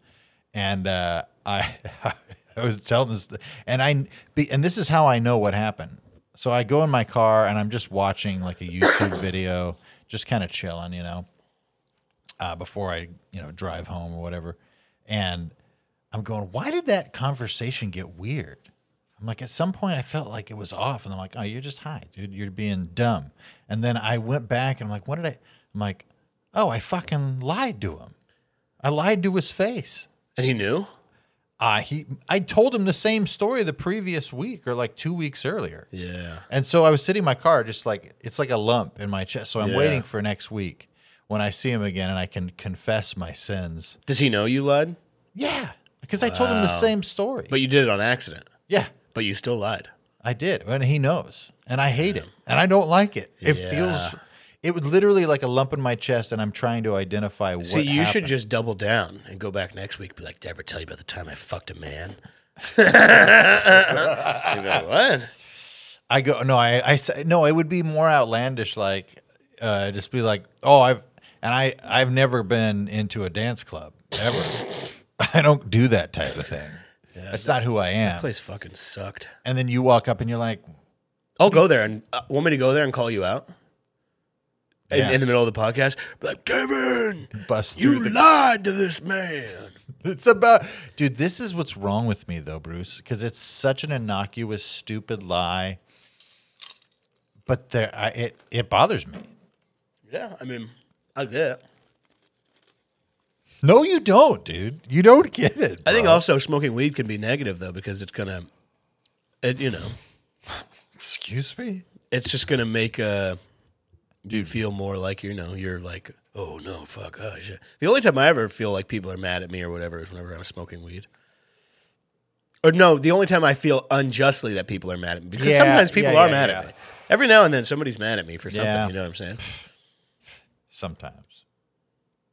[SPEAKER 1] And uh, I, I was telling this, and I, be- and this is how I know what happened. So I go in my car and I'm just watching like a YouTube video, just kind of chilling, you know, uh, before I, you know, drive home or whatever. And I'm going, why did that conversation get weird? I'm like, at some point I felt like it was off, and I'm like, oh, you're just high, dude. You're being dumb. And then I went back and I'm like, what did I? I'm like, oh, I fucking lied to him. I lied to his face.
[SPEAKER 2] And he knew.
[SPEAKER 1] Uh, he, I told him the same story the previous week or like two weeks earlier.
[SPEAKER 2] Yeah.
[SPEAKER 1] And so I was sitting in my car, just like it's like a lump in my chest. So I'm
[SPEAKER 2] Yeah.
[SPEAKER 1] waiting for next week when I see him again and I can confess my sins.
[SPEAKER 2] Does he know you lied?
[SPEAKER 1] Yeah, because I told him the same story.
[SPEAKER 2] But you did it on accident.
[SPEAKER 1] yeah,
[SPEAKER 2] But you still lied.
[SPEAKER 1] I did, and he knows, and I hate it, and I don't like it. It
[SPEAKER 2] Yeah.
[SPEAKER 1] feels, it was literally like a lump in my chest, and I'm trying to identify what.
[SPEAKER 2] See, you should
[SPEAKER 1] happened.
[SPEAKER 2] just double down and go back next week. Be like, did I ever tell you about the time I fucked a man? You'd be like, what?
[SPEAKER 1] I go no, I I say no. It would be more outlandish, like uh, just be like, oh, I've and I I've never been into a dance club ever. I don't do that type of thing. That's not who I am.
[SPEAKER 2] Place fucking sucked.
[SPEAKER 1] And then you walk up and you're like,
[SPEAKER 2] I'll go there and uh, want me to go there and call you out. in,
[SPEAKER 1] Yeah.
[SPEAKER 2] in the middle of the podcast, be like Kevin,
[SPEAKER 1] Bust
[SPEAKER 2] you
[SPEAKER 1] through the-
[SPEAKER 2] lied to this man.
[SPEAKER 1] It's about, dude. This is what's wrong with me, though, Bruce, because it's such an innocuous, stupid lie. But there, I, it it bothers me.
[SPEAKER 2] Yeah, I mean, I get. It.
[SPEAKER 1] No, you don't, dude. You don't get it.
[SPEAKER 2] I think
[SPEAKER 1] bro.
[SPEAKER 2] also smoking weed can be negative though because it's gonna, it, you know,
[SPEAKER 1] Excuse me.
[SPEAKER 2] it's just gonna make uh, you feel more like you know you're like oh no fuck oh shit. The only time I ever feel like people are mad at me or whatever is whenever I'm smoking weed. Or no, the only time I feel unjustly that people are mad at me because
[SPEAKER 1] Yeah,
[SPEAKER 2] sometimes people
[SPEAKER 1] yeah,
[SPEAKER 2] are
[SPEAKER 1] yeah,
[SPEAKER 2] mad
[SPEAKER 1] yeah.
[SPEAKER 2] at me. Every now and then somebody's mad at me for something.
[SPEAKER 1] Yeah.
[SPEAKER 2] You know what I'm saying?
[SPEAKER 1] Sometimes.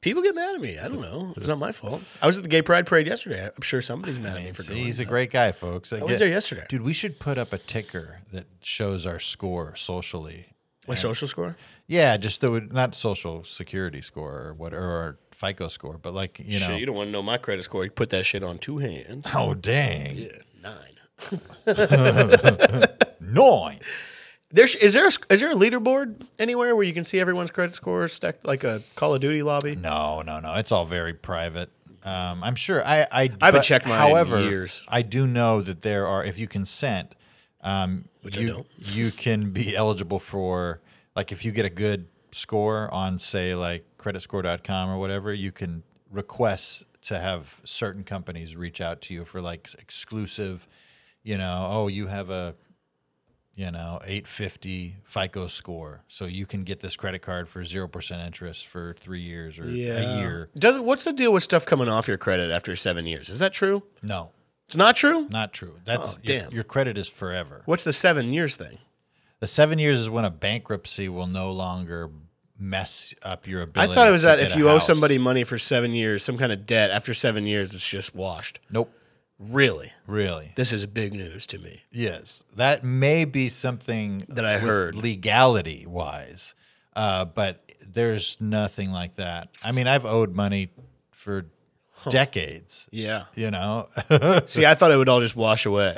[SPEAKER 2] People get mad at me. I don't know. It's not my fault. I was at the Gay Pride Parade yesterday. I'm sure somebody's mad at me for
[SPEAKER 1] See,
[SPEAKER 2] going.
[SPEAKER 1] he's a great guy, folks. I
[SPEAKER 2] I was there yesterday.
[SPEAKER 1] Dude, we should put up a ticker that shows our score socially.
[SPEAKER 2] My social score?
[SPEAKER 1] Yeah, just the not social security score or what or our FICO score, but like you know.
[SPEAKER 2] Shit, you don't want to know my credit score. You put that shit on two hands.
[SPEAKER 1] oh dang,
[SPEAKER 2] Yeah, nine.
[SPEAKER 1] nine.
[SPEAKER 2] There's is there a, is there a leaderboard anywhere where you can see everyone's credit score stacked like a Call of Duty lobby?
[SPEAKER 1] No, no, no. It's all very private. Um, I'm sure. I, I, I
[SPEAKER 2] haven't checked mine in years.
[SPEAKER 1] I do know that there are. If you consent, um,
[SPEAKER 2] I
[SPEAKER 1] you
[SPEAKER 2] don't.
[SPEAKER 1] you can be eligible for like if you get a good score on say like creditscore.com or whatever, you can request to have certain companies reach out to you for like exclusive. You know, oh, you have a you know, 850 FICO score. So you can get this credit card for 0% interest for three years or a year.
[SPEAKER 2] Does what's the deal with stuff coming off your credit after seven years? Is that true?
[SPEAKER 1] No,
[SPEAKER 2] It's not true.
[SPEAKER 1] not true. That's
[SPEAKER 2] Oh,
[SPEAKER 1] your,
[SPEAKER 2] damn.
[SPEAKER 1] your credit is forever.
[SPEAKER 2] What's the seven years thing?
[SPEAKER 1] The seven years is when a bankruptcy will no longer mess up your
[SPEAKER 2] I
[SPEAKER 1] ability.
[SPEAKER 2] thought it was
[SPEAKER 1] to
[SPEAKER 2] that
[SPEAKER 1] get
[SPEAKER 2] if
[SPEAKER 1] a
[SPEAKER 2] you owe
[SPEAKER 1] house.
[SPEAKER 2] somebody money for seven years, some kind of debt, after seven years, it's just washed.
[SPEAKER 1] Nope.
[SPEAKER 2] Really,
[SPEAKER 1] Really?
[SPEAKER 2] this is big news to me.
[SPEAKER 1] Yes. That may be something
[SPEAKER 2] That I
[SPEAKER 1] with
[SPEAKER 2] heard.
[SPEAKER 1] legality wise, uh, but there's nothing like that. I mean, I've owed money for decades,
[SPEAKER 2] Yeah.
[SPEAKER 1] you know?
[SPEAKER 2] See, I thought it would all just wash away.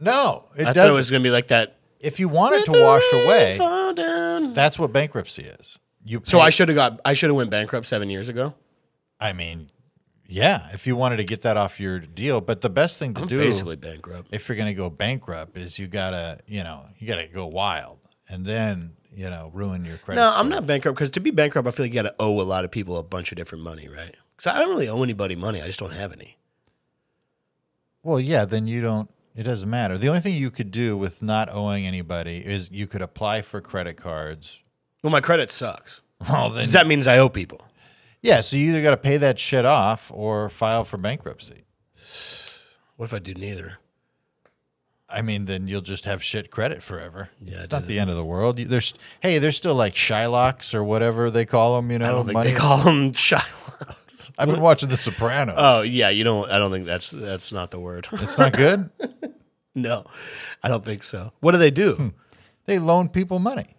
[SPEAKER 1] no, it
[SPEAKER 2] I thought
[SPEAKER 1] doesn't.
[SPEAKER 2] it was going to be like that.
[SPEAKER 1] if you want it to wash away,
[SPEAKER 2] Fall down.
[SPEAKER 1] that's what bankruptcy is. You
[SPEAKER 2] So
[SPEAKER 1] pay-
[SPEAKER 2] I should have got. I should have went bankrupt seven years ago.
[SPEAKER 1] I mean, yeah, if you wanted to get that off your deal, but the best thing to do
[SPEAKER 2] Basically bankrupt.
[SPEAKER 1] if you're going to go bankrupt is you got to, you know, you got to go wild and then, you know, ruin your credit.
[SPEAKER 2] No, I'm not bankrupt because to be bankrupt, I feel like you got to owe a lot of people a bunch of different money, right? Because I don't really owe anybody money. I just don't have any.
[SPEAKER 1] Well, yeah, then you don't it doesn't matter. The only thing you could do with not owing anybody is you could apply for credit cards.
[SPEAKER 2] Well, my credit sucks.
[SPEAKER 1] Well, then
[SPEAKER 2] 'Cause that means I owe people.
[SPEAKER 1] yeah, so you either got to pay that shit off or file for bankruptcy.
[SPEAKER 2] What if I do neither?
[SPEAKER 1] I mean, then you'll just have shit credit forever.
[SPEAKER 2] it
[SPEAKER 1] it's not the end of the world. You- There's hey, there's still like Shylocks or whatever they call them. You know,
[SPEAKER 2] I don't think
[SPEAKER 1] money.
[SPEAKER 2] they call them child.
[SPEAKER 1] I've been watching The Sopranos.
[SPEAKER 2] Oh yeah, you don't. I don't think that's that's not the word.
[SPEAKER 1] It's not good.
[SPEAKER 2] no, I don't think so. What do they
[SPEAKER 1] Hmm.
[SPEAKER 2] do?
[SPEAKER 1] they loan people money.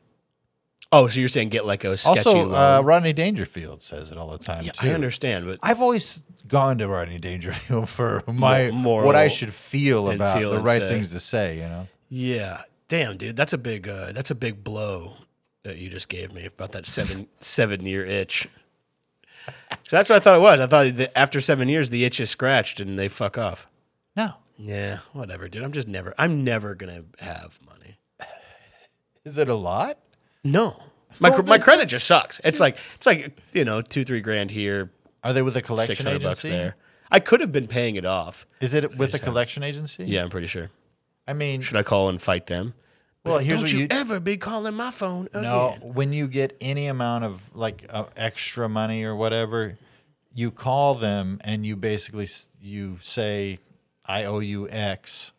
[SPEAKER 2] oh, so you're saying get like a sketchy
[SPEAKER 1] also,
[SPEAKER 2] loan?
[SPEAKER 1] uh, Rodney Dangerfield says it all the time.
[SPEAKER 2] yeah,
[SPEAKER 1] too.
[SPEAKER 2] I understand, but
[SPEAKER 1] I've always gone to Rodney Dangerfield for my
[SPEAKER 2] moral
[SPEAKER 1] what I should feel
[SPEAKER 2] and
[SPEAKER 1] about
[SPEAKER 2] feel
[SPEAKER 1] the
[SPEAKER 2] and
[SPEAKER 1] right
[SPEAKER 2] say.
[SPEAKER 1] things to say. You know,
[SPEAKER 2] Yeah, damn, dude, that's a big uh, that's a big blow that you just gave me about that seven seven year itch. So that's what I thought it was. I thought that after seven years, the itch is scratched and they fuck off.
[SPEAKER 1] no,
[SPEAKER 2] Yeah, whatever, dude. I'm just never. I'm never gonna have money.
[SPEAKER 1] is it a lot?
[SPEAKER 2] No, my
[SPEAKER 1] Well,
[SPEAKER 2] cr- my
[SPEAKER 1] this-
[SPEAKER 2] credit just sucks. It's like it's like you know two three grand here,
[SPEAKER 1] Are they with a
[SPEAKER 2] six
[SPEAKER 1] collection
[SPEAKER 2] hundred bucks
[SPEAKER 1] agency?
[SPEAKER 2] there. I could have been paying it off.
[SPEAKER 1] Is it with a collection agency?
[SPEAKER 2] Yeah, I'm pretty sure.
[SPEAKER 1] I mean,
[SPEAKER 2] Should I call and fight them?
[SPEAKER 1] well, here's what you
[SPEAKER 2] ever be calling my phone again?
[SPEAKER 1] No, when you get any amount of like uh, extra money or whatever, you call them and you basically s- you say, "I owe you X.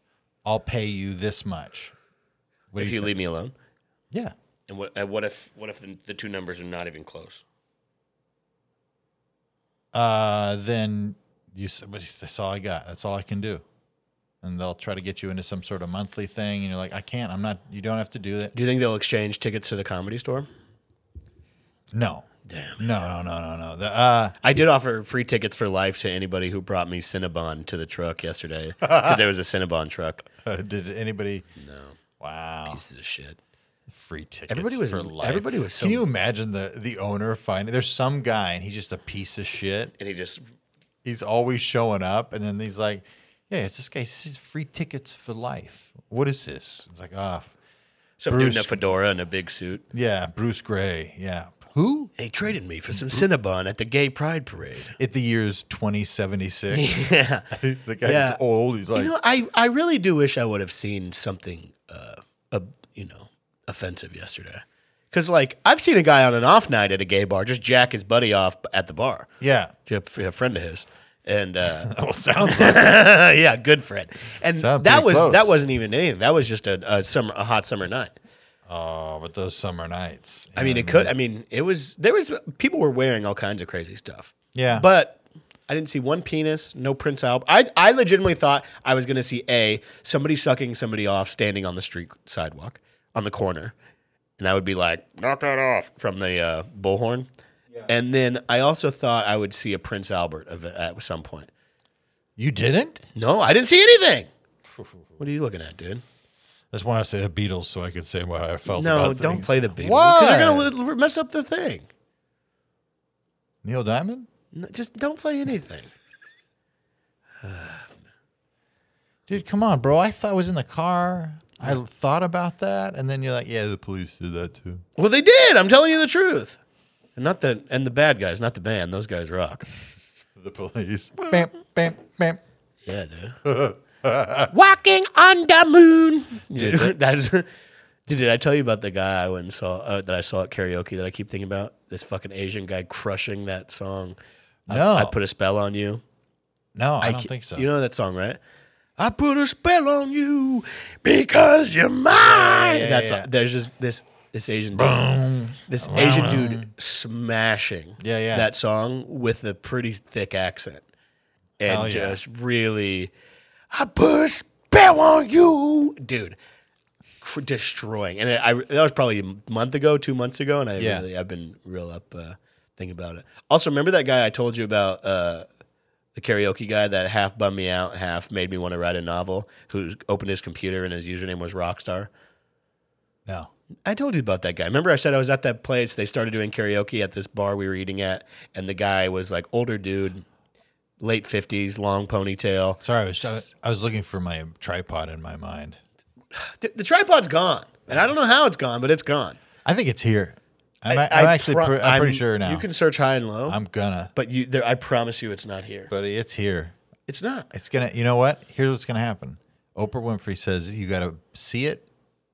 [SPEAKER 1] I'll pay you this much." What
[SPEAKER 2] if
[SPEAKER 1] do you
[SPEAKER 2] you leave me alone.
[SPEAKER 1] think? yeah,
[SPEAKER 2] And what, and what if what if the, the two numbers are not even close?
[SPEAKER 1] uh, then you s- but that's all I got. That's all I can do. And they'll try to get you into some sort of monthly thing, and you're like, "I can't. I'm not. You don't have to do that."
[SPEAKER 2] Do you think they'll exchange tickets to the comedy store?
[SPEAKER 1] No,
[SPEAKER 2] Damn.
[SPEAKER 1] no, no, no, no, no. The, uh,
[SPEAKER 2] I did offer free tickets for life to anybody who brought me Cinnabon to the truck yesterday because there was a Cinnabon truck.
[SPEAKER 1] did anybody? No. Wow.
[SPEAKER 2] Pieces of shit.
[SPEAKER 1] free tickets
[SPEAKER 2] Everybody was-
[SPEAKER 1] for life.
[SPEAKER 2] everybody was so-
[SPEAKER 1] Can you imagine the the owner finding there's some guy and he's just a piece of shit.
[SPEAKER 2] And he just
[SPEAKER 1] He's always showing up and then he's like, Yeah, it's this guy this is free tickets for life. What is this? It's like, ah,
[SPEAKER 2] some
[SPEAKER 1] Bruce-
[SPEAKER 2] dude in a fedora and a big suit.
[SPEAKER 1] yeah, Bruce Gray. Yeah. Who?
[SPEAKER 2] They traded me for some Cinnabon at the Gay Pride Parade.
[SPEAKER 1] At the year's twenty seventy six.
[SPEAKER 2] Yeah.
[SPEAKER 1] The guy's
[SPEAKER 2] Yeah.
[SPEAKER 1] old. He's like
[SPEAKER 2] you know, I, I really do wish I would have seen something, uh, uh, you know, offensive yesterday. Because, like, I've seen a guy on an off night at a gay bar just jack his buddy off at the bar,
[SPEAKER 1] Yeah.
[SPEAKER 2] to a a friend of his. And, uh,
[SPEAKER 1] That sounds like
[SPEAKER 2] yeah, good friend. And
[SPEAKER 1] Sound
[SPEAKER 2] that
[SPEAKER 1] pretty
[SPEAKER 2] was
[SPEAKER 1] close.
[SPEAKER 2] that wasn't even anything. That was just a, a summer, a hot summer night.
[SPEAKER 1] Oh, but those summer nights.
[SPEAKER 2] I mean, it could. I mean, it was there was people were wearing all kinds of crazy stuff.
[SPEAKER 1] Yeah.
[SPEAKER 2] but I didn't see one penis, no Prince Albert. I I legitimately thought I was going to see a somebody sucking somebody off standing on the street sidewalk on the corner, and I would be like, knock that off from the uh, bullhorn. And then I also thought I would see a Prince Albert ev- at some point.
[SPEAKER 1] you didn't?
[SPEAKER 2] No, I didn't see anything. What are you looking at, dude?
[SPEAKER 1] I just want to say the Beatles so I could say what I felt.
[SPEAKER 2] No,
[SPEAKER 1] about
[SPEAKER 2] don't
[SPEAKER 1] things.
[SPEAKER 2] play the Beatles.
[SPEAKER 1] Why?
[SPEAKER 2] Because you're going to mess up the thing.
[SPEAKER 1] Neil Diamond.
[SPEAKER 2] N- Just don't play anything.
[SPEAKER 1] Dude, come on, bro. I thought I was in the car. I thought about that, and then you're like, "Yeah, the police did that too."
[SPEAKER 2] Well, they did. I'm telling you the truth. And not the and the bad guys, not the band. Those guys rock.
[SPEAKER 1] The police. bam, bam, bam.
[SPEAKER 2] Yeah, dude. Walking on the moon. Dude, that's, dude, did I tell you about the guy I went and saw uh, that I saw at karaoke that I keep thinking about? This fucking Asian guy crushing that song.
[SPEAKER 1] No,
[SPEAKER 2] I put a spell on you.
[SPEAKER 1] no, I, don't think so.
[SPEAKER 2] You know that song, right? I put a spell on you because you're mine. That's
[SPEAKER 1] yeah.
[SPEAKER 2] there's just this this Asian dude, this Asian dude smashing
[SPEAKER 1] Yeah, yeah.
[SPEAKER 2] that song with a pretty thick accent and
[SPEAKER 1] Hell yeah.
[SPEAKER 2] just really I put a spell on you, dude. cr- Destroying, and I, I that was probably a month ago, two months ago, and I
[SPEAKER 1] Yeah.
[SPEAKER 2] really I've been real up uh, thinking about it. Also, remember that guy I told you about uh, the karaoke guy that half bummed me out, half made me want to write a novel, who opened his computer and his username was Rockstar.
[SPEAKER 1] no.
[SPEAKER 2] I told you about that guy. Remember, I said I was at that place. They started doing karaoke at this bar we were eating at, and the guy was like older dude, late fifties, long ponytail.
[SPEAKER 1] Sorry, I was I was looking for my tripod in my mind.
[SPEAKER 2] Th- The tripod's gone, and I don't know how it's gone, but it's gone.
[SPEAKER 1] I think it's here. I'm, I, am actually
[SPEAKER 2] pro-
[SPEAKER 1] pr- I'm, pretty
[SPEAKER 2] I'm-
[SPEAKER 1] sure now.
[SPEAKER 2] You can search high and low,
[SPEAKER 1] I'm gonna,
[SPEAKER 2] but you, there, I promise you, it's not here.
[SPEAKER 1] buddy. It's here.
[SPEAKER 2] It's not.
[SPEAKER 1] It's gonna. You know what? Here's what's gonna happen. Oprah Winfrey says you gotta see it,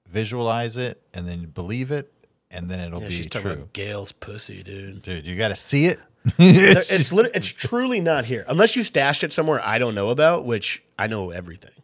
[SPEAKER 1] visualize it, and then believe it, and then it'll
[SPEAKER 2] Yeah,
[SPEAKER 1] be
[SPEAKER 2] she's
[SPEAKER 1] true.
[SPEAKER 2] talking about Gail's pussy, dude.
[SPEAKER 1] Dude, you gotta see it.
[SPEAKER 2] There- it's lit- it's truly not here unless you stashed it somewhere I don't know about, which I know everything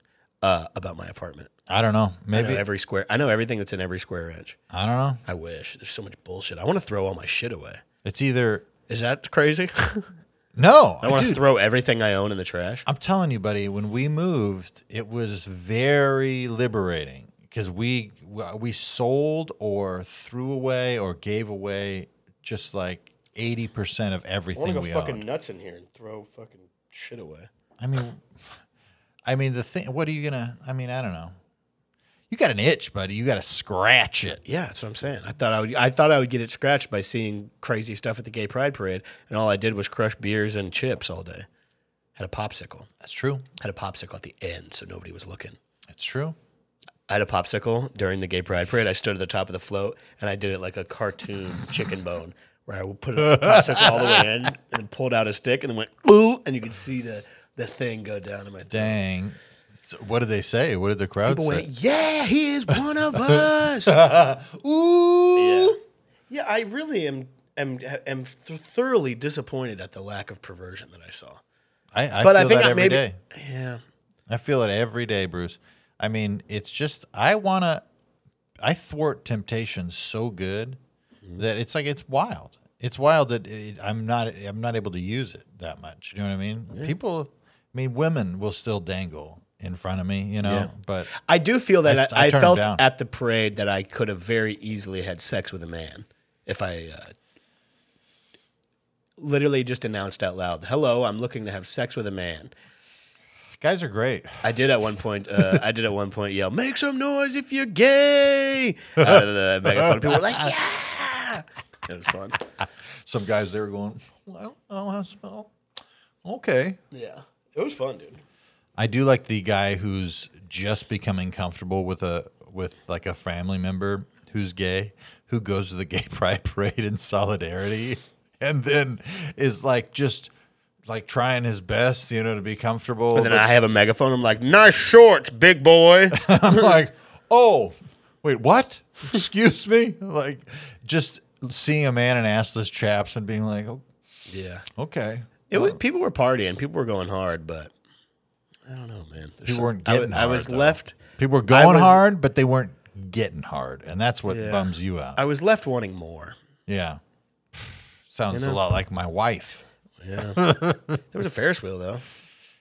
[SPEAKER 2] uh, about my apartment.
[SPEAKER 1] I don't know.
[SPEAKER 2] I know
[SPEAKER 1] Maybe
[SPEAKER 2] every square. I know everything that's in every square inch.
[SPEAKER 1] I don't know.
[SPEAKER 2] I wish. There's so much bullshit. I want to throw all my shit away.
[SPEAKER 1] It's either
[SPEAKER 2] Is that crazy?
[SPEAKER 1] no,
[SPEAKER 2] I want to
[SPEAKER 1] dude.
[SPEAKER 2] throw everything I own in the trash.
[SPEAKER 1] I'm telling you, buddy. When we moved, it was very liberating because we we sold or threw away or gave away just like eighty percent of everything we owned.
[SPEAKER 2] nuts in here and throw fucking shit away.
[SPEAKER 1] I mean, I mean the thing. What are you gonna? I mean, I don't know. You got an itch, buddy. You got to scratch it.
[SPEAKER 2] Yeah, that's what I'm saying. I thought I would. I thought I would get it scratched by seeing crazy stuff at the Gay Pride Parade, and all I did was crush beers and chips all day. Had a popsicle.
[SPEAKER 1] That's true.
[SPEAKER 2] Had a popsicle at the end, so nobody was looking.
[SPEAKER 1] That's true.
[SPEAKER 2] I had a popsicle during the gay pride parade. I stood at the top of the float and I did it like a cartoon chicken bone, where I would put a popsicle all the way in and pulled out a stick and then went ooh, and you could see the the thing go down in my throat.
[SPEAKER 1] Dang. So what did they say? What did the crowd
[SPEAKER 2] People
[SPEAKER 1] say?
[SPEAKER 2] went, yeah, he is one of us.
[SPEAKER 1] Ooh.
[SPEAKER 2] yeah. yeah, I really am am am th- thoroughly disappointed at the lack of perversion that I saw.
[SPEAKER 1] I, I
[SPEAKER 2] But I
[SPEAKER 1] feel
[SPEAKER 2] think
[SPEAKER 1] that
[SPEAKER 2] I
[SPEAKER 1] every day.
[SPEAKER 2] maybe- Yeah,
[SPEAKER 1] I feel it every day, Bruce. I mean, it's just I want to. I thwart temptation so good that it's like it's wild. It's wild that it, I'm not. I'm not able to use it that much. You know what I mean? People. I mean, women will still dangle in front of me. You know, but
[SPEAKER 2] I do feel that
[SPEAKER 1] I
[SPEAKER 2] I,
[SPEAKER 1] s- I
[SPEAKER 2] I
[SPEAKER 1] turned
[SPEAKER 2] felt
[SPEAKER 1] down.
[SPEAKER 2] at the parade that I could have very easily had sex with a man if I uh, literally just announced out loud, "Hello, I'm looking to have sex with a man."
[SPEAKER 1] Guys are great.
[SPEAKER 2] I did at one point. Uh, I did at one point yell, "Make some noise if you're gay!" Out of the back of People were like, "Yeah!" It was fun.
[SPEAKER 1] Some guys there going, well, I don't know how to spell. Okay.
[SPEAKER 2] Yeah, it was fun, dude.
[SPEAKER 1] I do like the guy who's just becoming comfortable with a with like a family member who's gay who goes to the gay pride parade in solidarity and then is like just like trying his best, you know, to be comfortable.
[SPEAKER 2] And then I have a megaphone. I'm like, "Nice shorts, big boy."
[SPEAKER 1] I'm like, oh, wait, what? Excuse me? Like, just seeing a man in assless chaps and being like, oh,
[SPEAKER 2] yeah,
[SPEAKER 1] okay.
[SPEAKER 2] it was, people were partying. People were going hard, but I don't know, man.
[SPEAKER 1] People
[SPEAKER 2] There's some-
[SPEAKER 1] weren't
[SPEAKER 2] I wa-
[SPEAKER 1] getting
[SPEAKER 2] I,
[SPEAKER 1] hard,
[SPEAKER 2] was
[SPEAKER 1] though.
[SPEAKER 2] left.
[SPEAKER 1] People were going
[SPEAKER 2] was-
[SPEAKER 1] hard, but they weren't getting hard. And that's what
[SPEAKER 2] Yeah.
[SPEAKER 1] bums you out.
[SPEAKER 2] I was left wanting more.
[SPEAKER 1] yeah. Sounds a lot like my wife.
[SPEAKER 2] Yeah. there was a Ferris wheel though.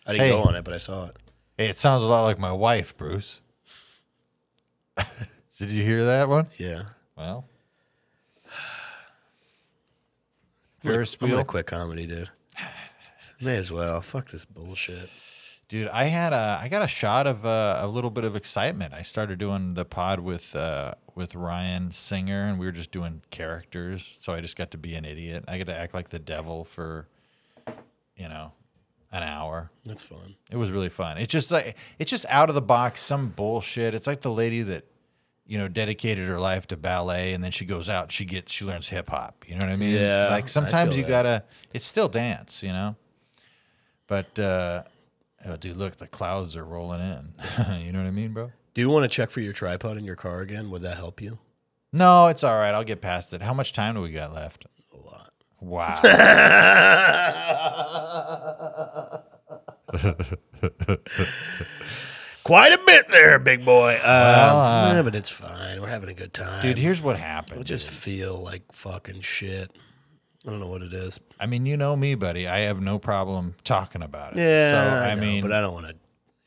[SPEAKER 2] I didn't
[SPEAKER 1] Hey.
[SPEAKER 2] go on it, but I saw it.
[SPEAKER 1] Hey, it sounds a lot like my wife, Bruce. Did you hear that one?
[SPEAKER 2] Yeah.
[SPEAKER 1] Well, Ferris
[SPEAKER 2] I'm gonna
[SPEAKER 1] wheel.
[SPEAKER 2] quit comedy, dude. May as well. Fuck this bullshit.
[SPEAKER 1] Dude, I had a I got a shot of uh, a little bit of excitement. I started doing the pod with uh, with Ryan Singer, and we were just doing characters. So I just got to be an idiot. I got to act like the devil for, you know, an hour.
[SPEAKER 2] That's fun.
[SPEAKER 1] It was really fun. It's just like it's just out of the box, some bullshit. It's like the lady that, you know, dedicated her life to ballet, and then she goes out, she gets, she learns hip hop. You know what I mean?
[SPEAKER 2] Yeah, I
[SPEAKER 1] Like sometimes
[SPEAKER 2] feel
[SPEAKER 1] you
[SPEAKER 2] that.
[SPEAKER 1] gotta. It's still dance, you know. But uh, oh, dude, look, the clouds are rolling in. you know what I mean, bro?
[SPEAKER 2] Do you want to check for your tripod in your car again? Would that help you?
[SPEAKER 1] No, it's all right. I'll get past it. How much time do we got left?
[SPEAKER 2] A lot.
[SPEAKER 1] Wow.
[SPEAKER 2] Quite a bit there, big boy. Um,
[SPEAKER 1] uh,
[SPEAKER 2] yeah, but it's fine. We're having a good time.
[SPEAKER 1] Dude, here's what
[SPEAKER 2] I
[SPEAKER 1] happened.
[SPEAKER 2] just feel like fucking shit. I don't know what it is.
[SPEAKER 1] I mean, you know me, buddy. I have no problem talking about it. So, I,
[SPEAKER 2] know,
[SPEAKER 1] mean,
[SPEAKER 2] but I don't want to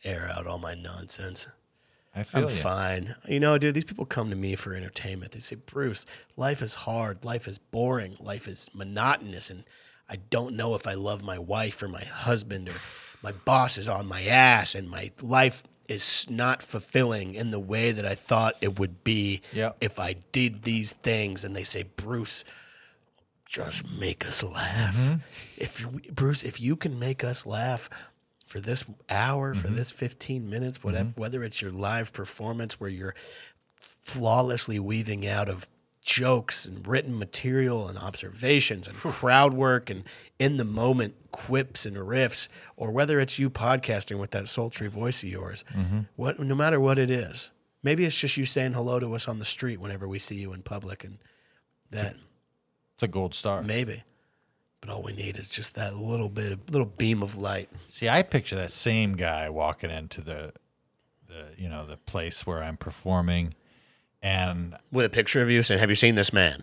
[SPEAKER 2] air out all my nonsense.
[SPEAKER 1] I feel
[SPEAKER 2] I'm
[SPEAKER 1] you.
[SPEAKER 2] fine. You know, dude, these people come to me for entertainment. They say, Bruce, life is hard. Life is boring. Life is monotonous. And I don't know if I love my wife or my husband or my boss is on my ass and my life is not fulfilling in the way that I thought it would be
[SPEAKER 1] Yeah.
[SPEAKER 2] if I did these things. And they say, Bruce, just make us laugh. If you, Bruce, if you can make us laugh for this hour, for this 15 minutes, whatever, whether it's your live performance where you're flawlessly weaving out of jokes and written material and observations and crowd work and in the moment quips and riffs, or whether it's you podcasting with that sultry voice of yours, what, no matter what it is, maybe it's just you saying hello to us on the street whenever we see you in public and that.
[SPEAKER 1] It's a gold star.
[SPEAKER 2] Maybe. But all we need is just that little bit, little beam of light.
[SPEAKER 1] See, I picture that same guy walking into the, the you know, the place where I'm performing, and
[SPEAKER 2] With a picture of you saying, Have you seen this man?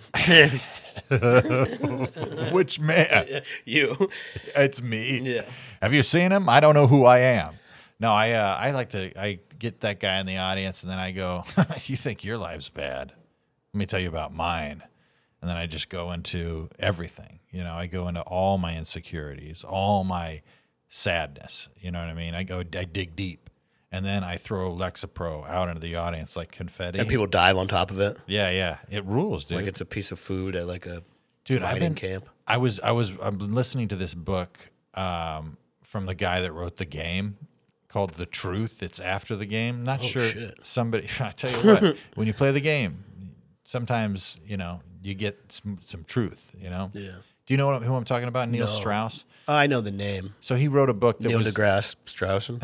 [SPEAKER 1] which man?
[SPEAKER 2] you.
[SPEAKER 1] It's me.
[SPEAKER 2] Yeah.
[SPEAKER 1] Have you seen him? I don't know who I am. No, I uh, I like to I get that guy in the audience, and then I go, "You think your life's bad? Let me tell you about mine." And then I just go into everything. You know, I go into all my insecurities, all my sadness. You know what I mean? I go, I dig deep, and then I throw Lexapro out into the audience like confetti.
[SPEAKER 2] And people dive on top of it.
[SPEAKER 1] Yeah, yeah, it rules, dude.
[SPEAKER 2] Like it's a piece of food at like a
[SPEAKER 1] dude, I've
[SPEAKER 2] writing
[SPEAKER 1] been
[SPEAKER 2] camp.
[SPEAKER 1] I was I was I've been listening to this book um, from the guy that wrote the game called The Truth. It's after the game. Not sure
[SPEAKER 2] Oh, shit.
[SPEAKER 1] somebody. I tell you what, when you play the game, sometimes you know you get some, some truth. You know.
[SPEAKER 2] Yeah.
[SPEAKER 1] Do you know what, who I'm talking about? Neil Strauss.
[SPEAKER 2] I know the name.
[SPEAKER 1] So he wrote a book that
[SPEAKER 2] Neil
[SPEAKER 1] was
[SPEAKER 2] deGrasse Strousen.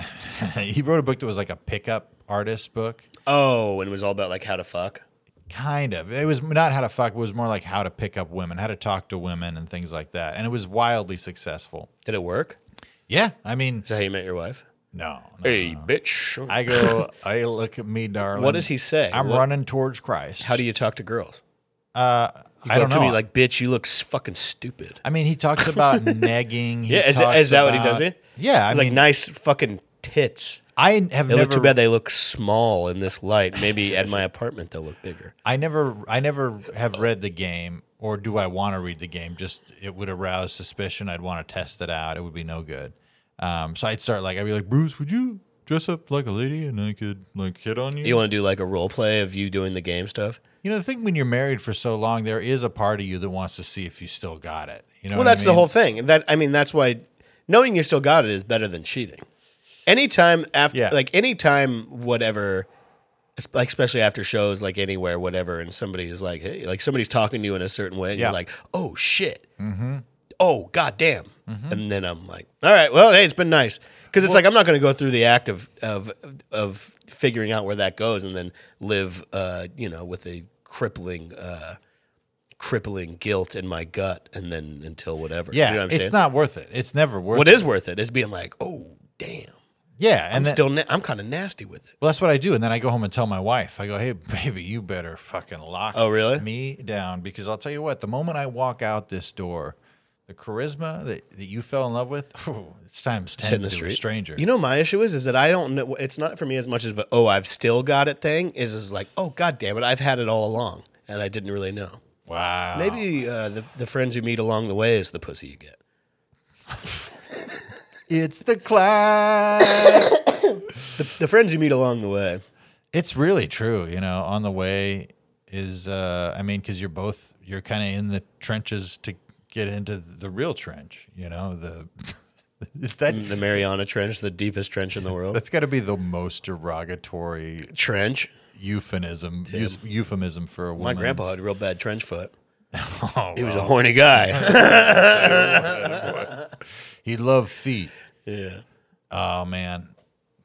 [SPEAKER 1] he wrote a book that was like a pickup artist book.
[SPEAKER 2] oh, and it was all about like how to fuck.
[SPEAKER 1] kind of it was not how to fuck it was more like how to pick up women how to talk to women and things like that and it was wildly successful
[SPEAKER 2] Did it work?
[SPEAKER 1] yeah i mean
[SPEAKER 2] Is that how you met your wife?
[SPEAKER 1] no, no
[SPEAKER 2] Hey, bitch.
[SPEAKER 1] I go, hey, look at me, darling.
[SPEAKER 2] What does he say?
[SPEAKER 1] I'm
[SPEAKER 2] What-
[SPEAKER 1] running towards Christ.
[SPEAKER 2] How do you talk to girls? You
[SPEAKER 1] I
[SPEAKER 2] go
[SPEAKER 1] don't
[SPEAKER 2] up
[SPEAKER 1] know.
[SPEAKER 2] to me like, bitch, you look s- fucking stupid.
[SPEAKER 1] I mean, he talks about negging. he
[SPEAKER 2] Yeah, is,
[SPEAKER 1] talks
[SPEAKER 2] is that what he
[SPEAKER 1] about-
[SPEAKER 2] does it?
[SPEAKER 1] Yeah, I
[SPEAKER 2] He's like
[SPEAKER 1] mean,
[SPEAKER 2] nice fucking tits.
[SPEAKER 1] I have
[SPEAKER 2] They
[SPEAKER 1] never.
[SPEAKER 2] look too bad. They look small in this light. Maybe at my apartment they'll look bigger.
[SPEAKER 1] I never, I never have read the game, or do I want to read the game? Just it would arouse suspicion. I'd want to test it out. It would be no good. Um, so I'd start like I'd be like, Bruce, would you dress up like a lady and I could like hit on you?
[SPEAKER 2] You want to do like a role play of you doing the game stuff?
[SPEAKER 1] You know, the thing when you're married for so long, there is a part of you that wants to see if you still got it. You know,
[SPEAKER 2] Well,
[SPEAKER 1] what I
[SPEAKER 2] that's the
[SPEAKER 1] mean?
[SPEAKER 2] whole thing. That I mean, that's why knowing you still got it is better than cheating. Anytime after,
[SPEAKER 1] Yeah.
[SPEAKER 2] like anytime, whatever, es- like especially after shows, like anywhere, whatever, and somebody is like, hey, like somebody's talking to you in a certain way, and
[SPEAKER 1] Yeah.
[SPEAKER 2] you're like, oh shit, mm-hmm. oh goddamn, and then I'm like, all right, well, hey, it's been nice. Because it's like I'm not going to go through the act of, of of figuring out where that goes and then live, uh, you know, with a crippling uh, crippling guilt in my gut and then until whatever.
[SPEAKER 1] Yeah,
[SPEAKER 2] You know what I'm
[SPEAKER 1] it's
[SPEAKER 2] saying?
[SPEAKER 1] not worth it. It's never worth
[SPEAKER 2] what
[SPEAKER 1] it.
[SPEAKER 2] is worth it is being like, oh, damn.
[SPEAKER 1] Yeah, and
[SPEAKER 2] I'm
[SPEAKER 1] then,
[SPEAKER 2] still, na- I'm kind of nasty with it.
[SPEAKER 1] well, that's what I do. And then I go home and tell my wife. I go, "Hey, baby, you better fucking lock
[SPEAKER 2] Oh, really?
[SPEAKER 1] me down because I'll tell you what. The moment I walk out this door, the charisma that, that you fell in love with, it's times ten
[SPEAKER 2] in the
[SPEAKER 1] to a
[SPEAKER 2] street.
[SPEAKER 1] stranger.
[SPEAKER 2] You know, my issue is, is that I don't know. It's not for me as much as, a, oh, I've still got it thing is, is like, oh, God damn it. I've had it all along and I didn't really know.
[SPEAKER 1] wow.
[SPEAKER 2] Maybe uh, the, the friends you meet along the way is the pussy you get.
[SPEAKER 1] it's the class.
[SPEAKER 2] The friends you meet along the way.
[SPEAKER 1] It's really true. You know, on the way is, uh, I mean, because you're both, you're kind of in the trenches to get into the real trench, you know, the, is that,
[SPEAKER 2] The Mariana Trench, the deepest trench in the world.
[SPEAKER 1] that's got to be the most derogatory
[SPEAKER 2] Trench.
[SPEAKER 1] euphemism, eus- euphemism for a
[SPEAKER 2] My
[SPEAKER 1] woman.
[SPEAKER 2] grandpa had real bad trench foot.
[SPEAKER 1] Oh,
[SPEAKER 2] He was a horny guy.
[SPEAKER 1] he loved feet.
[SPEAKER 2] yeah.
[SPEAKER 1] Oh, man.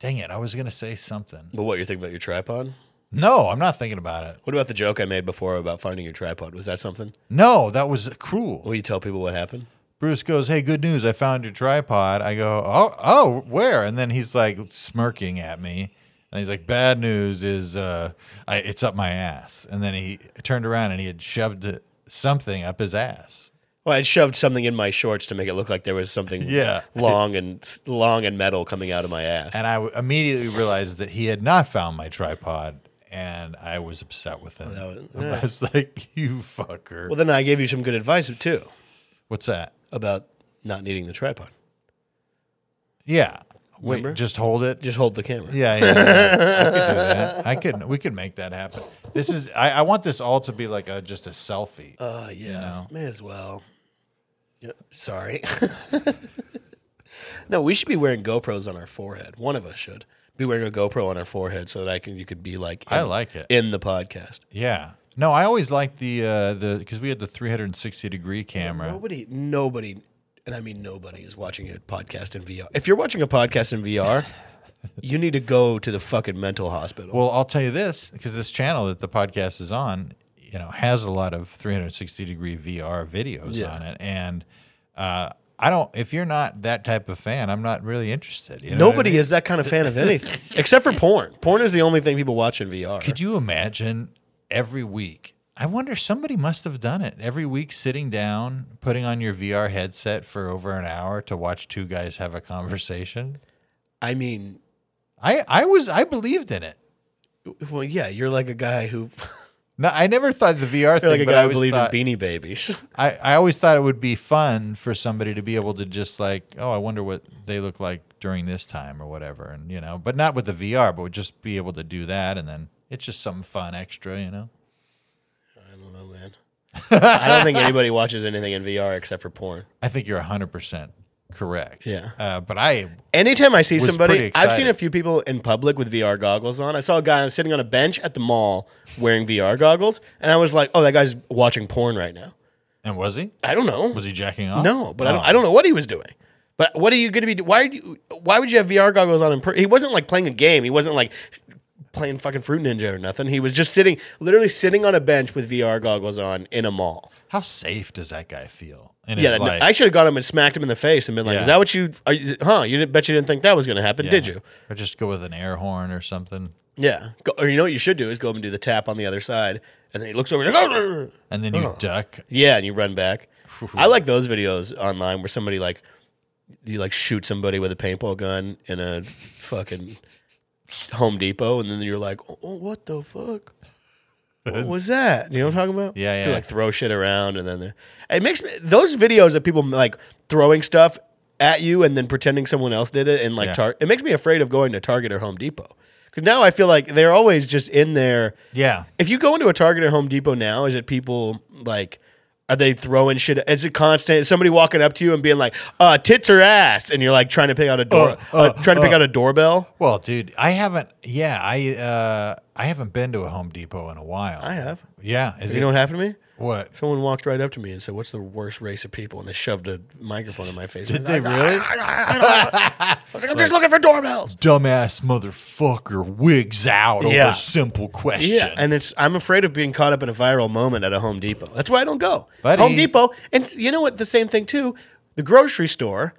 [SPEAKER 1] Dang it. I was going to say something.
[SPEAKER 2] But what, you're thinking about your tripod?
[SPEAKER 1] No, I'm not thinking about it.
[SPEAKER 2] What about the joke I made before about finding your tripod? Was that something?
[SPEAKER 1] No, that was cruel.
[SPEAKER 2] Will you tell people what happened?
[SPEAKER 1] Bruce goes, "Hey, good news! I found your tripod." I go, "Oh, oh, where?" And then he's like smirking at me, and he's like, "Bad news is, uh, I, it's up my ass." And then he turned around and he had shoved it- something up his ass.
[SPEAKER 2] Well, I shoved something in my shorts to make it look like there was something
[SPEAKER 1] Yeah.
[SPEAKER 2] long and long and metal coming out of my ass.
[SPEAKER 1] And I w- immediately realized that he had not found my tripod, and I was upset with him.
[SPEAKER 2] that
[SPEAKER 1] I was like, "You fucker!"
[SPEAKER 2] Oh, well, then I gave you some good advice too
[SPEAKER 1] What's that?
[SPEAKER 2] about not needing the tripod.
[SPEAKER 1] Yeah, wait,
[SPEAKER 2] Remember?
[SPEAKER 1] just hold it.
[SPEAKER 2] Just hold the camera.
[SPEAKER 1] Yeah, yeah, yeah. I could do that. I could. We could make that happen. This is. I, I want this all to be like a just a selfie.
[SPEAKER 2] Uh, yeah. May as well. Yep, sorry. no, we should be wearing GoPros on our forehead. One of us should be wearing a GoPro on our forehead so that I can you could be like
[SPEAKER 1] I
[SPEAKER 2] in-
[SPEAKER 1] like it.
[SPEAKER 2] in the podcast.
[SPEAKER 1] yeah. No, I always liked the uh, the because we had the 360 degree camera.
[SPEAKER 2] Nobody, nobody, and I mean nobody is watching a podcast in VR. If you're watching a podcast in VR, you need to go to the fucking mental hospital.
[SPEAKER 1] Well, I'll tell you this because this channel that the podcast is on, you know, has a lot of 360 degree VR videos
[SPEAKER 2] Yeah.
[SPEAKER 1] on it, and uh, I don't. If you're not that type of fan, I'm not really interested. You know what I
[SPEAKER 2] nobody
[SPEAKER 1] mean?
[SPEAKER 2] is that kind of fan of anything except for porn. Porn is the only thing people watch in VR.
[SPEAKER 1] Could you imagine every week? I wonder somebody must have done it. Every week sitting down, putting on your VR headset for over an hour to watch two guys have a conversation.
[SPEAKER 2] I mean,
[SPEAKER 1] I I was I believed in it.
[SPEAKER 2] well, yeah, you're like a guy who,
[SPEAKER 1] No, I never thought the VR thing,
[SPEAKER 2] you're like a
[SPEAKER 1] but
[SPEAKER 2] guy
[SPEAKER 1] I
[SPEAKER 2] who
[SPEAKER 1] always
[SPEAKER 2] believed
[SPEAKER 1] thought,
[SPEAKER 2] in Beanie Babies.
[SPEAKER 1] I, I always thought it would be fun for somebody to be able to just like, oh, I wonder what they look like during this time or whatever, and you know, but not with the VR, but would just be able to do that, and then it's just something fun extra, you know.
[SPEAKER 2] I don't know, man. I don't think anybody watches anything in VR except for porn.
[SPEAKER 1] I think you're hundred percent correct.
[SPEAKER 2] Yeah.
[SPEAKER 1] uh, but I
[SPEAKER 2] Anytime I see somebody,
[SPEAKER 1] pretty
[SPEAKER 2] I've seen
[SPEAKER 1] excited.
[SPEAKER 2] a few people in public with VR goggles on. I saw a guy sitting on a bench at the mall wearing VR goggles, and I was like, "Oh, that guy's watching porn right now."
[SPEAKER 1] And was he?
[SPEAKER 2] I don't know.
[SPEAKER 1] Was he jacking off?
[SPEAKER 2] no, but I,
[SPEAKER 1] Oh.
[SPEAKER 2] don't, I don't know what he was doing. But what are you going to be? do- Why? Are you, why would you have VR goggles on? In per- he wasn't like playing a game. He wasn't like playing fucking Fruit Ninja or nothing. He was just sitting, literally sitting on a bench with VR goggles on in a mall.
[SPEAKER 1] How safe does that guy feel in
[SPEAKER 2] Yeah,
[SPEAKER 1] his
[SPEAKER 2] no,
[SPEAKER 1] life?
[SPEAKER 2] I should have got him and smacked him in the face and been like,
[SPEAKER 1] Yeah.
[SPEAKER 2] "Is that what you? Are you huh? You didn't bet you didn't think that was going to happen, did you?"
[SPEAKER 1] Or just go with an air horn or something,
[SPEAKER 2] Yeah. Go, or you know what you should do is go up and do the tap on the other side, and then he looks over. He's like, "Oh."
[SPEAKER 1] and then you duck.
[SPEAKER 2] Yeah, and you run back. I like those videos online where somebody like you like shoot somebody with a paintball gun in a fucking Home Depot, and then you're like, oh, "What the fuck? What was that?" You know what I'm talking about?
[SPEAKER 1] Yeah,
[SPEAKER 2] They,
[SPEAKER 1] yeah.
[SPEAKER 2] like throw shit around, and then they're- it makes me, those videos of people like throwing stuff at you and then pretending someone else did it and like
[SPEAKER 1] Yeah.
[SPEAKER 2] tar- it makes me afraid of going to Target or Home Depot because now I feel like they're always just in there.
[SPEAKER 1] Yeah.
[SPEAKER 2] If you go into a Target or Home Depot now, is it people like? Are they throwing shit? Is it constant? Is somebody walking up to you and being like, uh, "Tits or ass," and you're like trying to pick out a door, uh, trying to pick out a doorbell?
[SPEAKER 1] Well, dude, I haven't. Yeah, I uh, I haven't been to a Home Depot in a while. I
[SPEAKER 2] have.
[SPEAKER 1] Yeah, is
[SPEAKER 2] You
[SPEAKER 1] it
[SPEAKER 2] know what happened to me?
[SPEAKER 1] what?
[SPEAKER 2] Someone walked right up to me and said, "What's the worst race of people?" And they shoved a microphone in my face. Did
[SPEAKER 1] They really
[SPEAKER 2] I was like, "I'm just looking for doorbells."
[SPEAKER 1] dumbass motherfucker wigs out over
[SPEAKER 2] Yeah.
[SPEAKER 1] a simple question.
[SPEAKER 2] Yeah, and it's I'm afraid of being caught up in a viral moment at a Home Depot. That's why I don't go.
[SPEAKER 1] Buddy.
[SPEAKER 2] Home Depot, and you know what? The same thing too. The grocery store.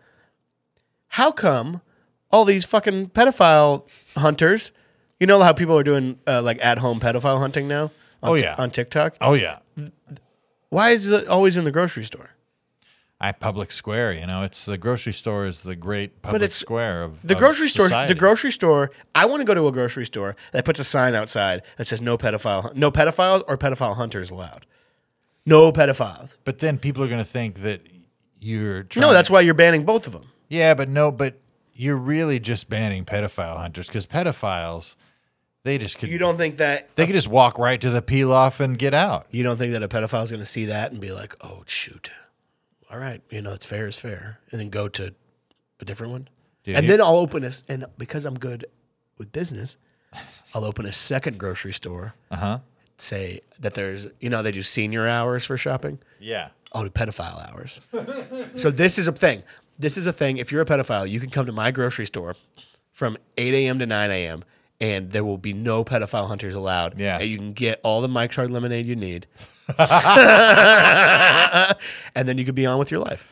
[SPEAKER 2] How come all these fucking pedophile hunters? You know how people are doing uh, like at home pedophile hunting now? On
[SPEAKER 1] Oh,
[SPEAKER 2] Ti-
[SPEAKER 1] yeah.
[SPEAKER 2] on TikTok.
[SPEAKER 1] oh yeah,
[SPEAKER 2] Why is it always in the grocery store?
[SPEAKER 1] I public square. You know, it's the grocery store is the great public
[SPEAKER 2] it's-
[SPEAKER 1] square of
[SPEAKER 2] The
[SPEAKER 1] of
[SPEAKER 2] grocery store.
[SPEAKER 1] society.
[SPEAKER 2] The grocery store. I want to go to a grocery store that puts a sign outside that says "No pedophile, no pedophiles or pedophile hunters allowed." No pedophiles.
[SPEAKER 1] But then people are going to think that you're trying
[SPEAKER 2] No, that's why you're banning both of them.
[SPEAKER 1] Yeah, but no, but you're really just banning pedophile hunters because pedophiles, they just could
[SPEAKER 2] You don't think that
[SPEAKER 1] they could just walk right to the pilaf and get out.
[SPEAKER 2] you don't think that a pedophile's going to see that and be like, "Oh shoot, all right, you know it's fair is fair," and then go to a different one,
[SPEAKER 1] Dude,
[SPEAKER 2] and
[SPEAKER 1] you-
[SPEAKER 2] then I'll open a s- and because I'm good with business, I'll open a second grocery store. Uh
[SPEAKER 1] Uh-huh.
[SPEAKER 2] huh. Say that there's you know they do senior hours for shopping.
[SPEAKER 1] Yeah.
[SPEAKER 2] I'll do Oh, pedophile hours. so this is a thing. This is a thing. If you're a pedophile, you can come to my grocery store from 8 a.m. to 9 a.m. and there will be no pedophile hunters allowed.
[SPEAKER 1] Yeah.
[SPEAKER 2] And you can get all the Mike's Hard Lemonade you need. and then you can be on with your life.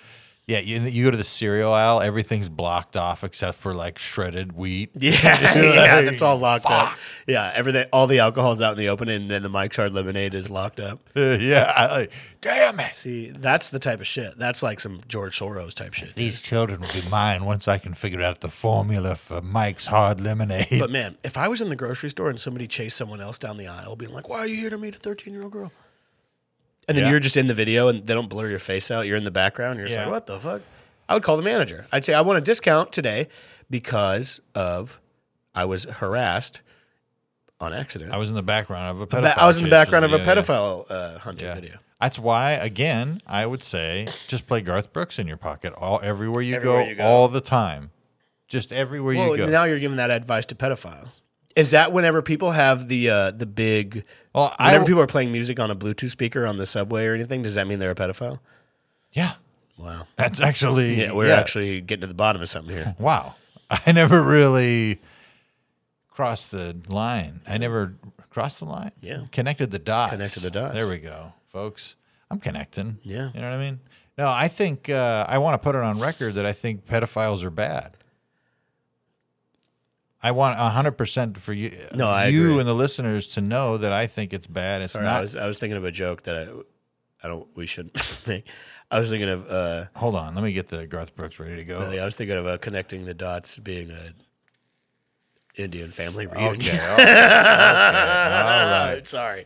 [SPEAKER 1] Yeah, you, you go to the cereal aisle, everything's blocked off except for like shredded wheat.
[SPEAKER 2] Yeah, yeah, it's all locked up. Yeah, everything, all the alcohol's out in the open, and then the Mike's Hard Lemonade is locked up.
[SPEAKER 1] yeah, I, like, damn it.
[SPEAKER 2] See, that's the type of shit. That's like some George Soros type shit.
[SPEAKER 1] These children will be mine once I can figure out the formula for Mike's hard lemonade.
[SPEAKER 2] But man, if I was in the grocery store and somebody chased someone else down the aisle, being like, "Why are you here to meet a thirteen-year-old girl?" And then
[SPEAKER 1] Yeah.
[SPEAKER 2] you're just in the video, and they don't blur your face out. You're in the background. You're just
[SPEAKER 1] Yeah.
[SPEAKER 2] like, "What the fuck?" I would call the manager. I'd say, "I want a discount today because of I was harassed on accident.
[SPEAKER 1] I
[SPEAKER 2] I was,
[SPEAKER 1] was in the background of a pedophile.
[SPEAKER 2] in the
[SPEAKER 1] chase.
[SPEAKER 2] background of a
[SPEAKER 1] Yeah, yeah.
[SPEAKER 2] pedophile uh, hunting
[SPEAKER 1] Yeah.
[SPEAKER 2] video."
[SPEAKER 1] That's why, again, I would say just play Garth Brooks in your pocket all everywhere you,
[SPEAKER 2] Everywhere
[SPEAKER 1] go,
[SPEAKER 2] you go.
[SPEAKER 1] all the time. Just everywhere
[SPEAKER 2] Well,
[SPEAKER 1] you go.
[SPEAKER 2] now you're giving that advice to pedophiles. Is that whenever people have the uh, the big?
[SPEAKER 1] well, I
[SPEAKER 2] Whenever
[SPEAKER 1] w-
[SPEAKER 2] people are playing music on a Bluetooth speaker on the subway or anything, does that mean they're a pedophile?
[SPEAKER 1] yeah,
[SPEAKER 2] Wow.
[SPEAKER 1] that's actually
[SPEAKER 2] Yeah, we're actually getting to the bottom of something here.
[SPEAKER 1] wow. I never really crossed the line. I never crossed the line.
[SPEAKER 2] Yeah.
[SPEAKER 1] connected the dots.
[SPEAKER 2] Connected the dots.
[SPEAKER 1] There we go, folks. I'm connecting.
[SPEAKER 2] Yeah.
[SPEAKER 1] you know what I mean. No, I think uh, I want to put it on record that I think pedophiles are bad. I want hundred percent for you,
[SPEAKER 2] No, I
[SPEAKER 1] you
[SPEAKER 2] agree.
[SPEAKER 1] and the listeners to know that I think it's bad. It's
[SPEAKER 2] Sorry,
[SPEAKER 1] not.
[SPEAKER 2] I was I was thinking of a joke that I, I don't we shouldn't make. I was thinking of uh,
[SPEAKER 1] Hold on, let me get the Garth Brooks ready to go.
[SPEAKER 2] I was thinking of uh, connecting the dots being a Indian family reunion.
[SPEAKER 1] Okay, all right, all right.
[SPEAKER 2] sorry,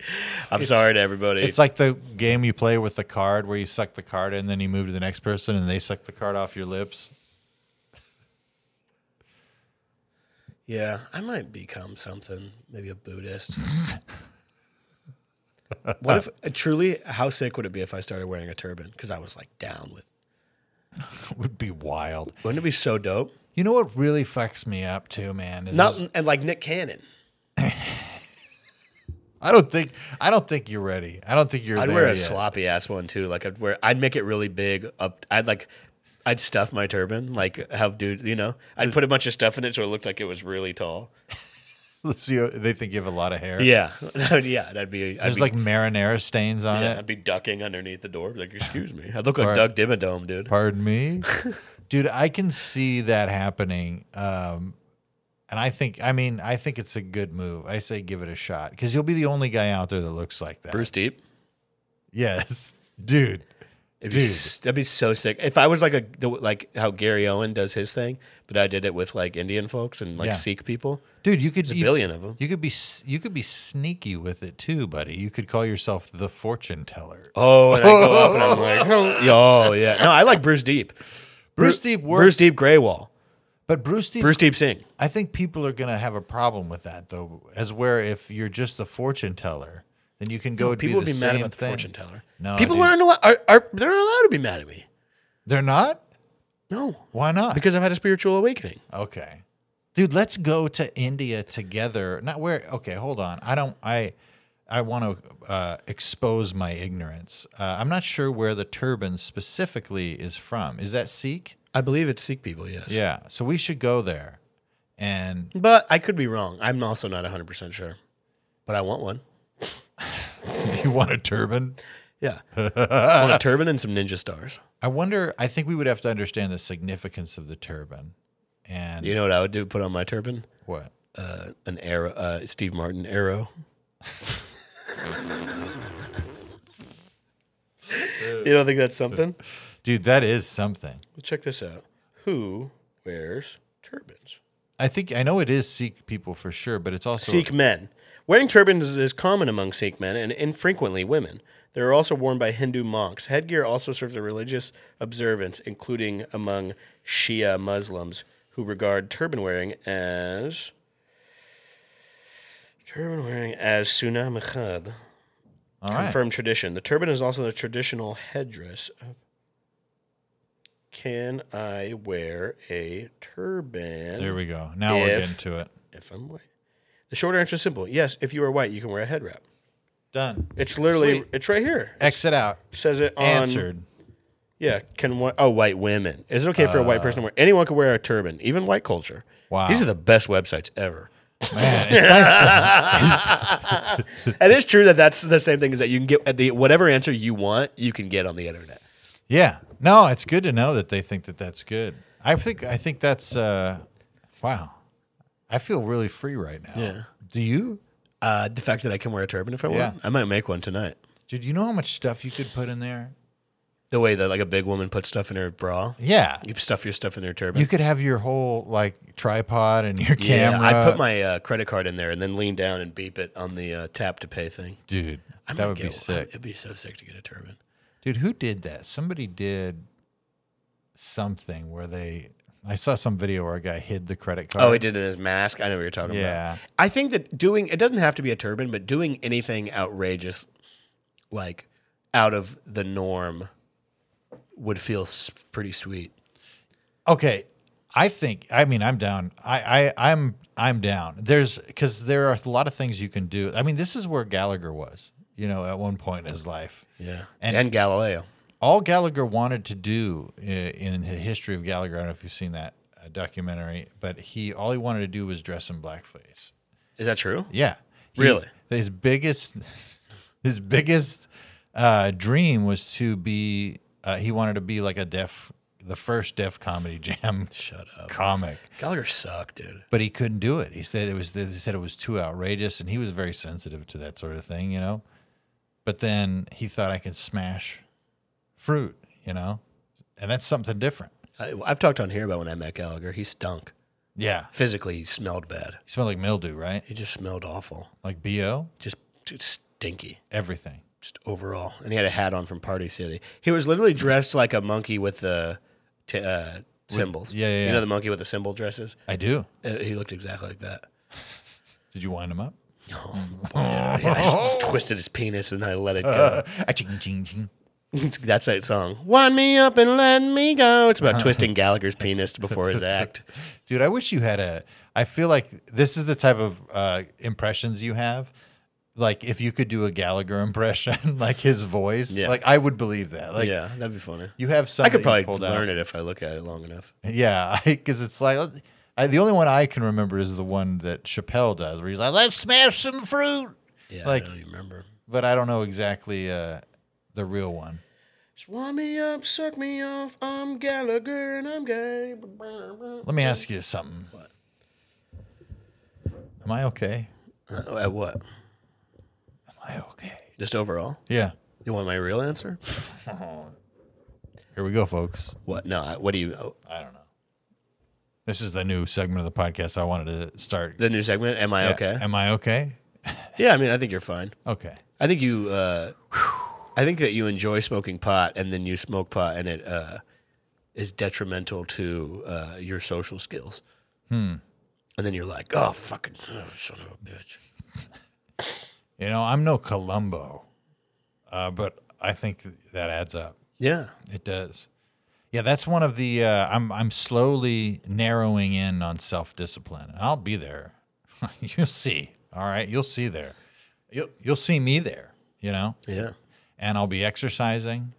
[SPEAKER 2] I'm sorry to everybody.
[SPEAKER 1] It's like the game you play with the card where you suck the card in, then you move to the next person and they suck the card off your lips.
[SPEAKER 2] yeah, I might become something, maybe a Buddhist. what if uh, truly? How sick would it be if I started wearing a turban? Because I was like down with.
[SPEAKER 1] It would be wild.
[SPEAKER 2] Wouldn't it be so dope?
[SPEAKER 1] You know what really fucks me up too, man? is-
[SPEAKER 2] Not and like Nick Cannon.
[SPEAKER 1] I don't think I don't think you're ready. I don't think you're
[SPEAKER 2] I'd
[SPEAKER 1] there
[SPEAKER 2] wear a
[SPEAKER 1] yet.
[SPEAKER 2] sloppy ass one too. Like I'd wear, I'd make it really big. Up, I'd like, I'd stuff my turban. Like how dude, you know, I'd put a bunch of stuff in it so it looked like it was really tall.
[SPEAKER 1] Let's see. They think you have a lot of hair.
[SPEAKER 2] Yeah, yeah. And I'd be, I'd
[SPEAKER 1] There's
[SPEAKER 2] be,
[SPEAKER 1] like marinara stains on
[SPEAKER 2] yeah,
[SPEAKER 1] it.
[SPEAKER 2] I'd be ducking underneath the door. be Like, excuse me, I'd look like Doug Dimmadome, dude.
[SPEAKER 1] Pardon me, dude. I can see that happening, um, and I think I mean I think it's a good move. I say give it a shot because you'll be the only guy out there that looks like that.
[SPEAKER 2] Bruce Deep.
[SPEAKER 1] Yes, dude.
[SPEAKER 2] It'd be,
[SPEAKER 1] Dude.
[SPEAKER 2] s- that'd be so sick. If I was like a the, like how Gary Owen does his thing, but I did it with like Indian folks and like
[SPEAKER 1] Yeah.
[SPEAKER 2] Sikh people.
[SPEAKER 1] Dude, you could
[SPEAKER 2] There's a
[SPEAKER 1] you-
[SPEAKER 2] billion of them.
[SPEAKER 1] You could be s- you could be sneaky with it too, buddy. You could call yourself the fortune teller.
[SPEAKER 2] Oh, and I go up and I'm like, oh yeah. No, I like Bruce Deep.
[SPEAKER 1] Bruce Deep works,
[SPEAKER 2] Bruce Deep Graywall.
[SPEAKER 1] but Bruce Deep.
[SPEAKER 2] Bruce Deep Singh.
[SPEAKER 1] I think people are going to have a problem with that though, as where if you're just the fortune teller, then you can go. and
[SPEAKER 2] People would
[SPEAKER 1] do
[SPEAKER 2] be
[SPEAKER 1] the
[SPEAKER 2] mad
[SPEAKER 1] same
[SPEAKER 2] about the
[SPEAKER 1] thing.
[SPEAKER 2] fortune teller.
[SPEAKER 1] No,
[SPEAKER 2] people
[SPEAKER 1] dude.
[SPEAKER 2] aren't allowed. Are, are they're not allowed to be mad at me?
[SPEAKER 1] They're not.
[SPEAKER 2] No,
[SPEAKER 1] Why not?
[SPEAKER 2] because I've had a spiritual awakening.
[SPEAKER 1] Okay. Dude, let's go to India together. Not where okay, hold on. I don't I I want to uh, expose my ignorance. Uh, I'm not sure where the turban specifically is from. Is that Sikh?
[SPEAKER 2] I believe it's Sikh people. Yes.
[SPEAKER 1] Yeah. So we should go there. And
[SPEAKER 2] But I could be wrong. I'm also not 100% sure. But I want one.
[SPEAKER 1] you want a turban?
[SPEAKER 2] Yeah. I want a turban and some ninja stars.
[SPEAKER 1] I wonder I think we would have to understand the significance of the turban. And
[SPEAKER 2] You know what I would do? Put on my turban?
[SPEAKER 1] what?
[SPEAKER 2] Uh, an arrow, uh, Steve Martin arrow. you don't think that's something?
[SPEAKER 1] Dude, that is something.
[SPEAKER 2] Check this out. Who wears turbans?
[SPEAKER 1] I think I know it is Sikh people for sure, but it's also
[SPEAKER 2] Sikh men. Wearing turbans is common among Sikh men and infrequently women. They are also worn by Hindu monks. Headgear also serves a religious observance, including among Shia Muslims, who regard turban wearing as turban wearing as sunnah machad,
[SPEAKER 1] all right.
[SPEAKER 2] confirmed tradition. The turban is also the traditional headdress of. Can I wear a turban?
[SPEAKER 1] There we go. Now we're
[SPEAKER 2] If-
[SPEAKER 1] getting to it.
[SPEAKER 2] if I'm white. The short answer is simple. Yes, if you are white, you can wear a head wrap.
[SPEAKER 1] Done.
[SPEAKER 2] It's literally
[SPEAKER 1] Sweet.
[SPEAKER 2] it's right here. It
[SPEAKER 1] Exit out.
[SPEAKER 2] says it on
[SPEAKER 1] Answered.
[SPEAKER 2] Yeah, can whi- oh white women. Is it okay for a white person to wear? Anyone can wear a turban, even white culture.
[SPEAKER 1] Wow.
[SPEAKER 2] These are the best websites ever.
[SPEAKER 1] Man, it's nice to-
[SPEAKER 2] and it's true that that's the same thing is that you can get at the whatever answer you want, you can get on the internet.
[SPEAKER 1] yeah. No, it's good to know that they think that that's good. I think I think that's uh, wow. I feel really free right now.
[SPEAKER 2] Yeah.
[SPEAKER 1] Do you?
[SPEAKER 2] Uh, the fact that I can wear a turban if I
[SPEAKER 1] Yeah.
[SPEAKER 2] want, I might make one tonight.
[SPEAKER 1] Dude, you know how much stuff you could put in there?
[SPEAKER 2] The way that like a big woman puts stuff in her bra,
[SPEAKER 1] Yeah.
[SPEAKER 2] you stuff your stuff in her turban.
[SPEAKER 1] You could have your whole like tripod and your
[SPEAKER 2] yeah,
[SPEAKER 1] camera.
[SPEAKER 2] I'd put my uh, credit card in there and then lean down and beep it on the uh, tap to pay thing.
[SPEAKER 1] dude.
[SPEAKER 2] I
[SPEAKER 1] that
[SPEAKER 2] might
[SPEAKER 1] would be
[SPEAKER 2] get one.
[SPEAKER 1] sick.
[SPEAKER 2] It'd be so sick to get a turban.
[SPEAKER 1] Dude, who did that? Somebody did something where they I saw some video where a guy hid the credit card.
[SPEAKER 2] Oh, he did it in his mask. I know what you're talking
[SPEAKER 1] Yeah.
[SPEAKER 2] about. I think that doing it doesn't have to be a turban, but doing anything outrageous, like out of the norm, would feel s- pretty sweet.
[SPEAKER 1] okay i think i mean i'm down i, I i'm i'm down there's because there are a lot of things you can do i mean this is where gallagher was you know at one point in his life
[SPEAKER 2] Yeah,
[SPEAKER 1] And-
[SPEAKER 2] and, Galileo.
[SPEAKER 1] all gallagher wanted to do i- in the history of gallagher i don't know if you've seen that uh, documentary but he all he wanted to do was dress in blackface
[SPEAKER 2] Is that true?
[SPEAKER 1] yeah He-
[SPEAKER 2] Really?
[SPEAKER 1] his biggest his biggest uh, dream was to be uh, he wanted to be like a deaf the first deaf comedy jam
[SPEAKER 2] Shut up.
[SPEAKER 1] comic
[SPEAKER 2] Gallagher sucked, dude.
[SPEAKER 1] but he couldn't do it. He said it was they said it was too outrageous, and he was very sensitive to that sort of thing, you know. But then he thought I can smash fruit, you know, and that's something different.
[SPEAKER 2] I, I've talked on here about when I met Gallagher. He stunk.
[SPEAKER 1] Yeah,
[SPEAKER 2] Physically, he smelled bad.
[SPEAKER 1] he smelled like mildew, right?
[SPEAKER 2] He just smelled awful.
[SPEAKER 1] Like bo,
[SPEAKER 2] Just, just stinky.
[SPEAKER 1] everything.
[SPEAKER 2] just overall. And he had a hat on from Party City. He was literally dressed like a monkey with the t- uh, symbols.
[SPEAKER 1] yeah, yeah,
[SPEAKER 2] You
[SPEAKER 1] yeah.
[SPEAKER 2] know the monkey with the symbol dresses?
[SPEAKER 1] I do.
[SPEAKER 2] Uh, he looked exactly like that.
[SPEAKER 1] Did you wind him up?
[SPEAKER 2] Yeah, I just twisted his penis and I let it go.
[SPEAKER 1] Ah, ching, ching, ching.
[SPEAKER 2] That's that song. Wind me up and let me go. It's about twisting Gallagher's penis before his act.
[SPEAKER 1] Dude, I wish you had a. I feel like this is the type of uh, impressions you have. Like if you could do a Gallagher impression, like his voice,
[SPEAKER 2] Yeah.
[SPEAKER 1] like I would believe that. Like
[SPEAKER 2] yeah, that'd be funny.
[SPEAKER 1] you have some.
[SPEAKER 2] I
[SPEAKER 1] that
[SPEAKER 2] could
[SPEAKER 1] you
[SPEAKER 2] probably
[SPEAKER 1] pulled out.
[SPEAKER 2] learn it if I look at it long enough.
[SPEAKER 1] Yeah, because it's like uh, I, the only one I can remember is the one that Chappelle does, where he's like, "Let's smash some fruit,"
[SPEAKER 2] Yeah,
[SPEAKER 1] Like-
[SPEAKER 2] I don't even remember.
[SPEAKER 1] but I don't know exactly uh, the real one.
[SPEAKER 2] Just wind me up, suck me off. I'm Gallagher and I'm gay.
[SPEAKER 1] Let me ask you something. Am I okay?
[SPEAKER 2] Uh, at what?
[SPEAKER 1] Am I okay?
[SPEAKER 2] Just overall?
[SPEAKER 1] Yeah.
[SPEAKER 2] You want my real answer?
[SPEAKER 1] Uh-huh. Here we go, folks.
[SPEAKER 2] What? No. I- What do you? oh,
[SPEAKER 1] I don't know. This is the new segment of the podcast I wanted to start.
[SPEAKER 2] The new segment. Am
[SPEAKER 1] Yeah.
[SPEAKER 2] I okay?
[SPEAKER 1] Am I okay?
[SPEAKER 2] Yeah. I mean, I think you're fine.
[SPEAKER 1] Okay.
[SPEAKER 2] I think you. Uh, I think that you enjoy smoking pot, and then you smoke pot, and it uh, is detrimental to uh, your social skills. Hmm. And then you're like, oh, fucking oh, son of a bitch.
[SPEAKER 1] You know, I'm no Columbo, uh, but I think that adds up.
[SPEAKER 2] Yeah.
[SPEAKER 1] It does. Yeah, that's one of the. Uh, I'm I'm slowly narrowing in on self discipline. I'll be there. you'll see. All right, you'll see there. You'll you'll see me there. You know,
[SPEAKER 2] Yeah.
[SPEAKER 1] and I'll be exercising.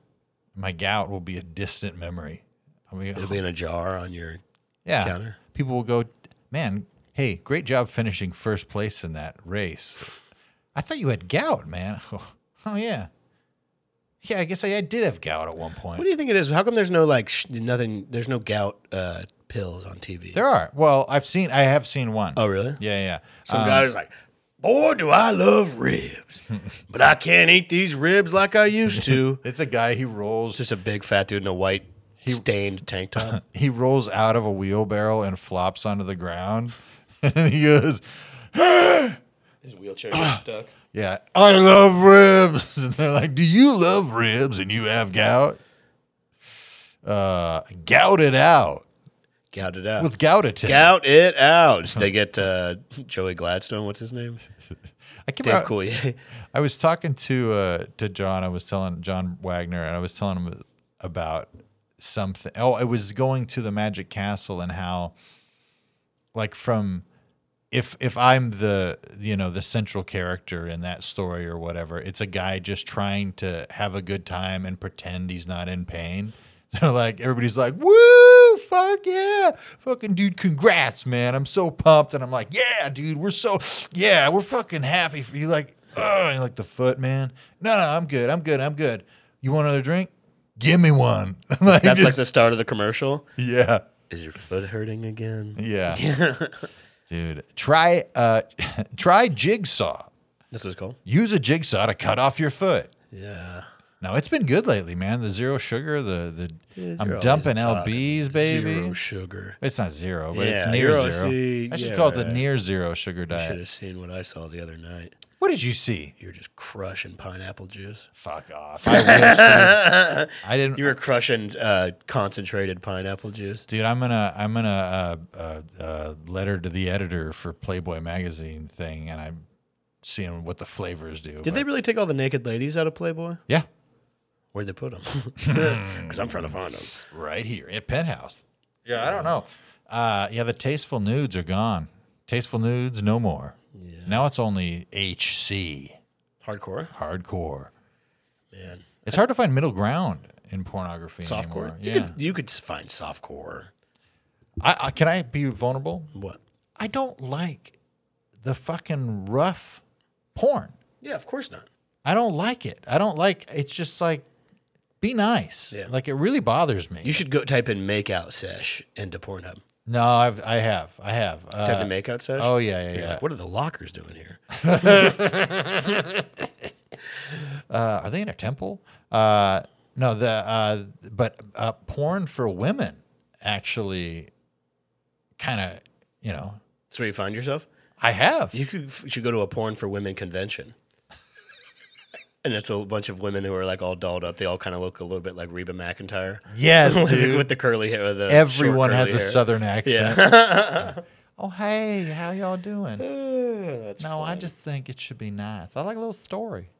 [SPEAKER 1] My gout will be a distant memory. I'll be,
[SPEAKER 2] It'll be in a jar on your.
[SPEAKER 1] yeah.
[SPEAKER 2] counter.
[SPEAKER 1] People will go, man. Hey, great job finishing first place in that race. I thought you had gout, man. Oh, yeah, yeah. I guess I, I did have gout at one point.
[SPEAKER 2] What do you think it is? How come there's no like sh- nothing? There's no gout uh, pills on TV.
[SPEAKER 1] There are. Well, I've seen. I have seen one.
[SPEAKER 2] oh, really?
[SPEAKER 1] Yeah, yeah. Um,
[SPEAKER 2] Some guy's like, boy, do I love ribs, but I can't eat these ribs like I used to.
[SPEAKER 1] It's a guy. He rolls.
[SPEAKER 2] Just a big fat dude in a white stained tank top.
[SPEAKER 1] He rolls out of a wheelbarrow and flops onto the ground. and he goes,
[SPEAKER 2] His wheelchair gets stuck.
[SPEAKER 1] "Yeah, I love ribs." And they're like, "Do you love ribs? And you have gout? Uh, gout it out
[SPEAKER 2] Gout it out.
[SPEAKER 1] with gout attack.
[SPEAKER 2] Gout it out. They get uh, Joey Gladstone. What's his name?
[SPEAKER 1] I can't
[SPEAKER 2] Dave
[SPEAKER 1] remember-
[SPEAKER 2] Coulier.
[SPEAKER 1] I was talking to uh, to John. I was telling John Wagner, and I was telling him about something. Oh, I was going to the Magic Castle and how, like, from if if I'm the you know the central character in that story or whatever, it's a guy just trying to have a good time and pretend he's not in pain. So like everybody's like, "Woo, fuck yeah, fucking dude, congrats, man! I'm so pumped." And I'm like, "Yeah, dude, we're so yeah, we're fucking happy for you." Like, oh, and like the foot, man. No, no, I'm good, I'm good, I'm good. You want another drink? Give me one. like,
[SPEAKER 2] That's like
[SPEAKER 1] just-
[SPEAKER 2] the start of the commercial.
[SPEAKER 1] yeah.
[SPEAKER 2] Is your foot hurting again?
[SPEAKER 1] Yeah. Dude, try uh try jigsaw.
[SPEAKER 2] That's what it's called.
[SPEAKER 1] Use a jigsaw to cut off your foot.
[SPEAKER 2] Yeah.
[SPEAKER 1] No, it's been good lately, man. The zero sugar, the the
[SPEAKER 2] Dude, you're
[SPEAKER 1] I'm
[SPEAKER 2] always
[SPEAKER 1] dumping
[SPEAKER 2] talking
[SPEAKER 1] LBs, baby.
[SPEAKER 2] Zero sugar.
[SPEAKER 1] It's not zero, but it's
[SPEAKER 2] Yeah,
[SPEAKER 1] near
[SPEAKER 2] you're
[SPEAKER 1] zero.
[SPEAKER 2] obviously-
[SPEAKER 1] I should
[SPEAKER 2] yeah,
[SPEAKER 1] call it the
[SPEAKER 2] right.
[SPEAKER 1] near zero sugar
[SPEAKER 2] Should
[SPEAKER 1] diet.
[SPEAKER 2] have seen what I saw the other night.
[SPEAKER 1] What did you see?
[SPEAKER 2] You were just crushing pineapple juice.
[SPEAKER 1] Fuck off. I, wish, dude. I didn't
[SPEAKER 2] You were crushing uh, concentrated pineapple juice.
[SPEAKER 1] Dude, I'm gonna I'm gonna uh, uh, uh, letter to the editor for Playboy magazine thing, and I'm seeing what the flavors do.
[SPEAKER 2] Did they really take all the naked ladies out of Playboy?
[SPEAKER 1] Yeah,
[SPEAKER 2] Where'd they put them?
[SPEAKER 1] Hmm.
[SPEAKER 2] Because I'm trying to find them.
[SPEAKER 1] right here at Penthouse. Yeah, I don't know. Uh, yeah, the tasteful nudes are gone. Tasteful nudes, no more. Now it's only HC,
[SPEAKER 2] Hardcore,
[SPEAKER 1] hardcore.
[SPEAKER 2] man.
[SPEAKER 1] It's hard to find middle ground in pornography.
[SPEAKER 2] Softcore.
[SPEAKER 1] anymore.
[SPEAKER 2] You
[SPEAKER 1] Yeah.
[SPEAKER 2] could you could find softcore.
[SPEAKER 1] I, I, can I be vulnerable?
[SPEAKER 2] What?
[SPEAKER 1] I don't like the fucking rough porn.
[SPEAKER 2] Yeah, of course not.
[SPEAKER 1] I don't like it. I don't like. It's just like, be nice.
[SPEAKER 2] Yeah.
[SPEAKER 1] Like it really bothers me.
[SPEAKER 2] You should go type in makeout sesh into Pornhub.
[SPEAKER 1] no, I've I have I have.
[SPEAKER 2] Type
[SPEAKER 1] Uh,
[SPEAKER 2] in makeout sesh.
[SPEAKER 1] oh yeah yeah
[SPEAKER 2] You're
[SPEAKER 1] yeah.
[SPEAKER 2] like, what are the lockers doing here?
[SPEAKER 1] Uh, are they in a temple? Uh, no, the uh, but uh, porn for women actually, kind of you know.
[SPEAKER 2] That's where you find yourself.
[SPEAKER 1] I have.
[SPEAKER 2] You could you should go to a porn for women convention. And it's a bunch of women who are like all dolled up. They all kind of look a little bit like Reba McIntyre.
[SPEAKER 1] yes,
[SPEAKER 2] with, the-
[SPEAKER 1] dude.
[SPEAKER 2] with the curly hair. The short
[SPEAKER 1] Everyone has
[SPEAKER 2] curly
[SPEAKER 1] a
[SPEAKER 2] hair.
[SPEAKER 1] southern accent.
[SPEAKER 2] Yeah.
[SPEAKER 1] Oh hey, how y'all doing? no, I just think it should be nice. I like a little story.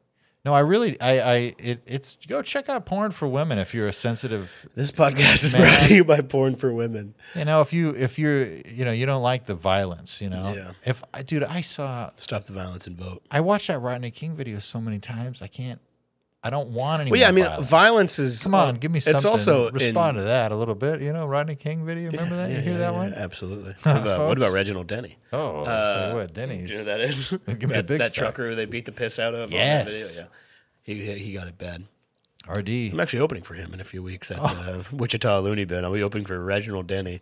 [SPEAKER 1] No, I really, I, I, it, it's go check out porn for women if you're a sensitive.
[SPEAKER 2] this podcast is brought to you by Porn for Women.
[SPEAKER 1] You know, if you, if you're, you know, you don't like the violence. You know,
[SPEAKER 2] Yeah.
[SPEAKER 1] if I, dude, I saw,
[SPEAKER 2] Stop the violence and vote.
[SPEAKER 1] I watched that Rodney King video so many times. I can't, I don't want any.
[SPEAKER 2] Well, yeah, I
[SPEAKER 1] more
[SPEAKER 2] mean,
[SPEAKER 1] violence.
[SPEAKER 2] violence, is.
[SPEAKER 1] Come on, give me something.
[SPEAKER 2] It's also
[SPEAKER 1] respond to that a little bit. You know, Rodney King video. Remember that? you hear that one?
[SPEAKER 2] Absolutely. What about, what about Reginald Denny?
[SPEAKER 1] Oh, I'll tell you what, Denny's.
[SPEAKER 2] Do you know who Uh, that is?
[SPEAKER 1] Give me the
[SPEAKER 2] that,
[SPEAKER 1] big
[SPEAKER 2] that
[SPEAKER 1] stuff.
[SPEAKER 2] trucker who they beat the piss out of. on that
[SPEAKER 1] Yes.
[SPEAKER 2] video, yeah. He, he got it bad. I'm
[SPEAKER 1] RD.
[SPEAKER 2] actually opening for him in a few weeks at uh, Wichita Looney Bin. I'll be opening for Reginald Denny.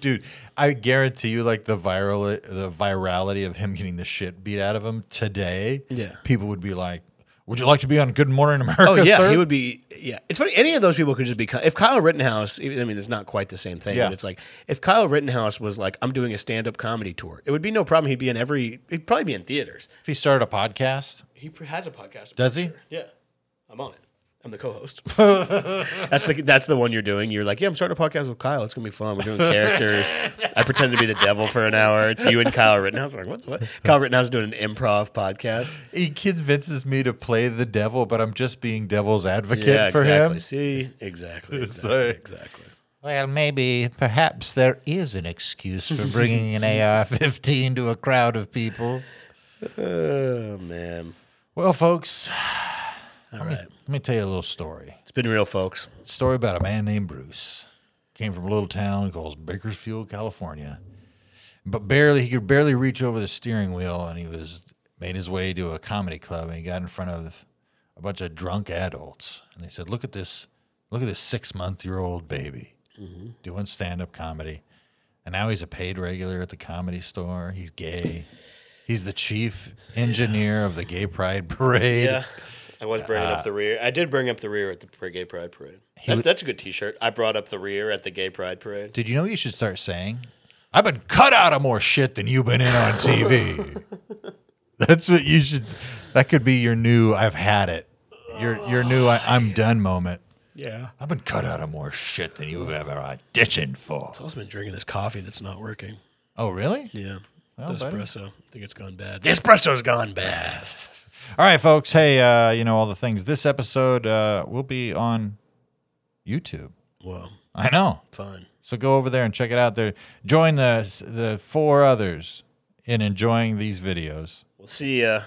[SPEAKER 1] Dude, I guarantee you, like the viral, the virality of him getting the shit beat out of him today.
[SPEAKER 2] Yeah.
[SPEAKER 1] people would be like, "Would you like to be on Good Morning America?"
[SPEAKER 2] Oh yeah,
[SPEAKER 1] sir?
[SPEAKER 2] he would be. Yeah, it's funny. Any of those people could just be. Ky- If Kyle Rittenhouse, e, I mean, it's not quite the same thing.
[SPEAKER 1] Yeah.
[SPEAKER 2] But it's like if Kyle Rittenhouse was like, "I'm doing a stand-up comedy tour," it would be no problem. He'd be in every. He'd probably be in theaters.
[SPEAKER 1] If he started a podcast,
[SPEAKER 2] He pr- has a podcast. I'm
[SPEAKER 1] Does
[SPEAKER 2] pretty
[SPEAKER 1] he?
[SPEAKER 2] Yeah, I'm on it. I'm the co-host. that's the that's the one you're doing. You're like, yeah, I'm starting a podcast with Kyle. It's gonna be fun. We're doing characters. I pretend to be the devil for an hour. It's you and Kyle Rittenhouse. I'm like, what? the- what? Kyle Rittenhouse is doing an improv podcast.
[SPEAKER 1] He convinces me to play the devil, but I'm just being devil's advocate
[SPEAKER 2] yeah,
[SPEAKER 1] for
[SPEAKER 2] exactly.
[SPEAKER 1] him.
[SPEAKER 2] See, exactly, exactly,
[SPEAKER 1] like-
[SPEAKER 2] exactly.
[SPEAKER 1] Well, maybe, perhaps there is an excuse for bringing an AR 15 to a crowd of people.
[SPEAKER 2] Oh man,
[SPEAKER 1] Well, folks,
[SPEAKER 2] all right.
[SPEAKER 1] let me tell you a little story.
[SPEAKER 2] It's been real, folks.
[SPEAKER 1] story about a man named Bruce. Came from a little town called Bakersfield, California. But barely, he could barely reach over the steering wheel, and he was made his way to a comedy club, and he got in front of a bunch of drunk adults, and they said, "Look at this, look at this six-month-year-old baby doing stand-up comedy, and now he's a paid regular at the comedy store. He's gay." He's the chief engineer of the Gay Pride Parade.
[SPEAKER 2] Yeah. I was bringing up the rear. I did bring up the rear at the pr- Gay Pride Parade. That's,
[SPEAKER 1] was-
[SPEAKER 2] that's a good T-shirt. I brought up the rear at the Gay Pride Parade.
[SPEAKER 1] Did you know you should start saying? I've been cut out of more shit than you've been in on TV. That's what you should. That could be your new. I've had it. Your your new. I, I'm done moment.
[SPEAKER 2] Yeah,
[SPEAKER 1] I've been cut out of more shit than you've ever auditioned for.
[SPEAKER 2] I've also been drinking this coffee that's not working.
[SPEAKER 1] Oh really?
[SPEAKER 2] Yeah,
[SPEAKER 1] Well,
[SPEAKER 2] the
[SPEAKER 1] buddy.
[SPEAKER 2] espresso. I think it's gone bad. The espresso's gone bad.
[SPEAKER 1] All right, folks. Hey, uh, you know all the things. This episode uh, will be on YouTube.
[SPEAKER 2] Well,
[SPEAKER 1] I know.
[SPEAKER 2] fine.
[SPEAKER 1] So go over there and check it out. There, join the the four others in enjoying these videos.
[SPEAKER 2] We'll see. Uh,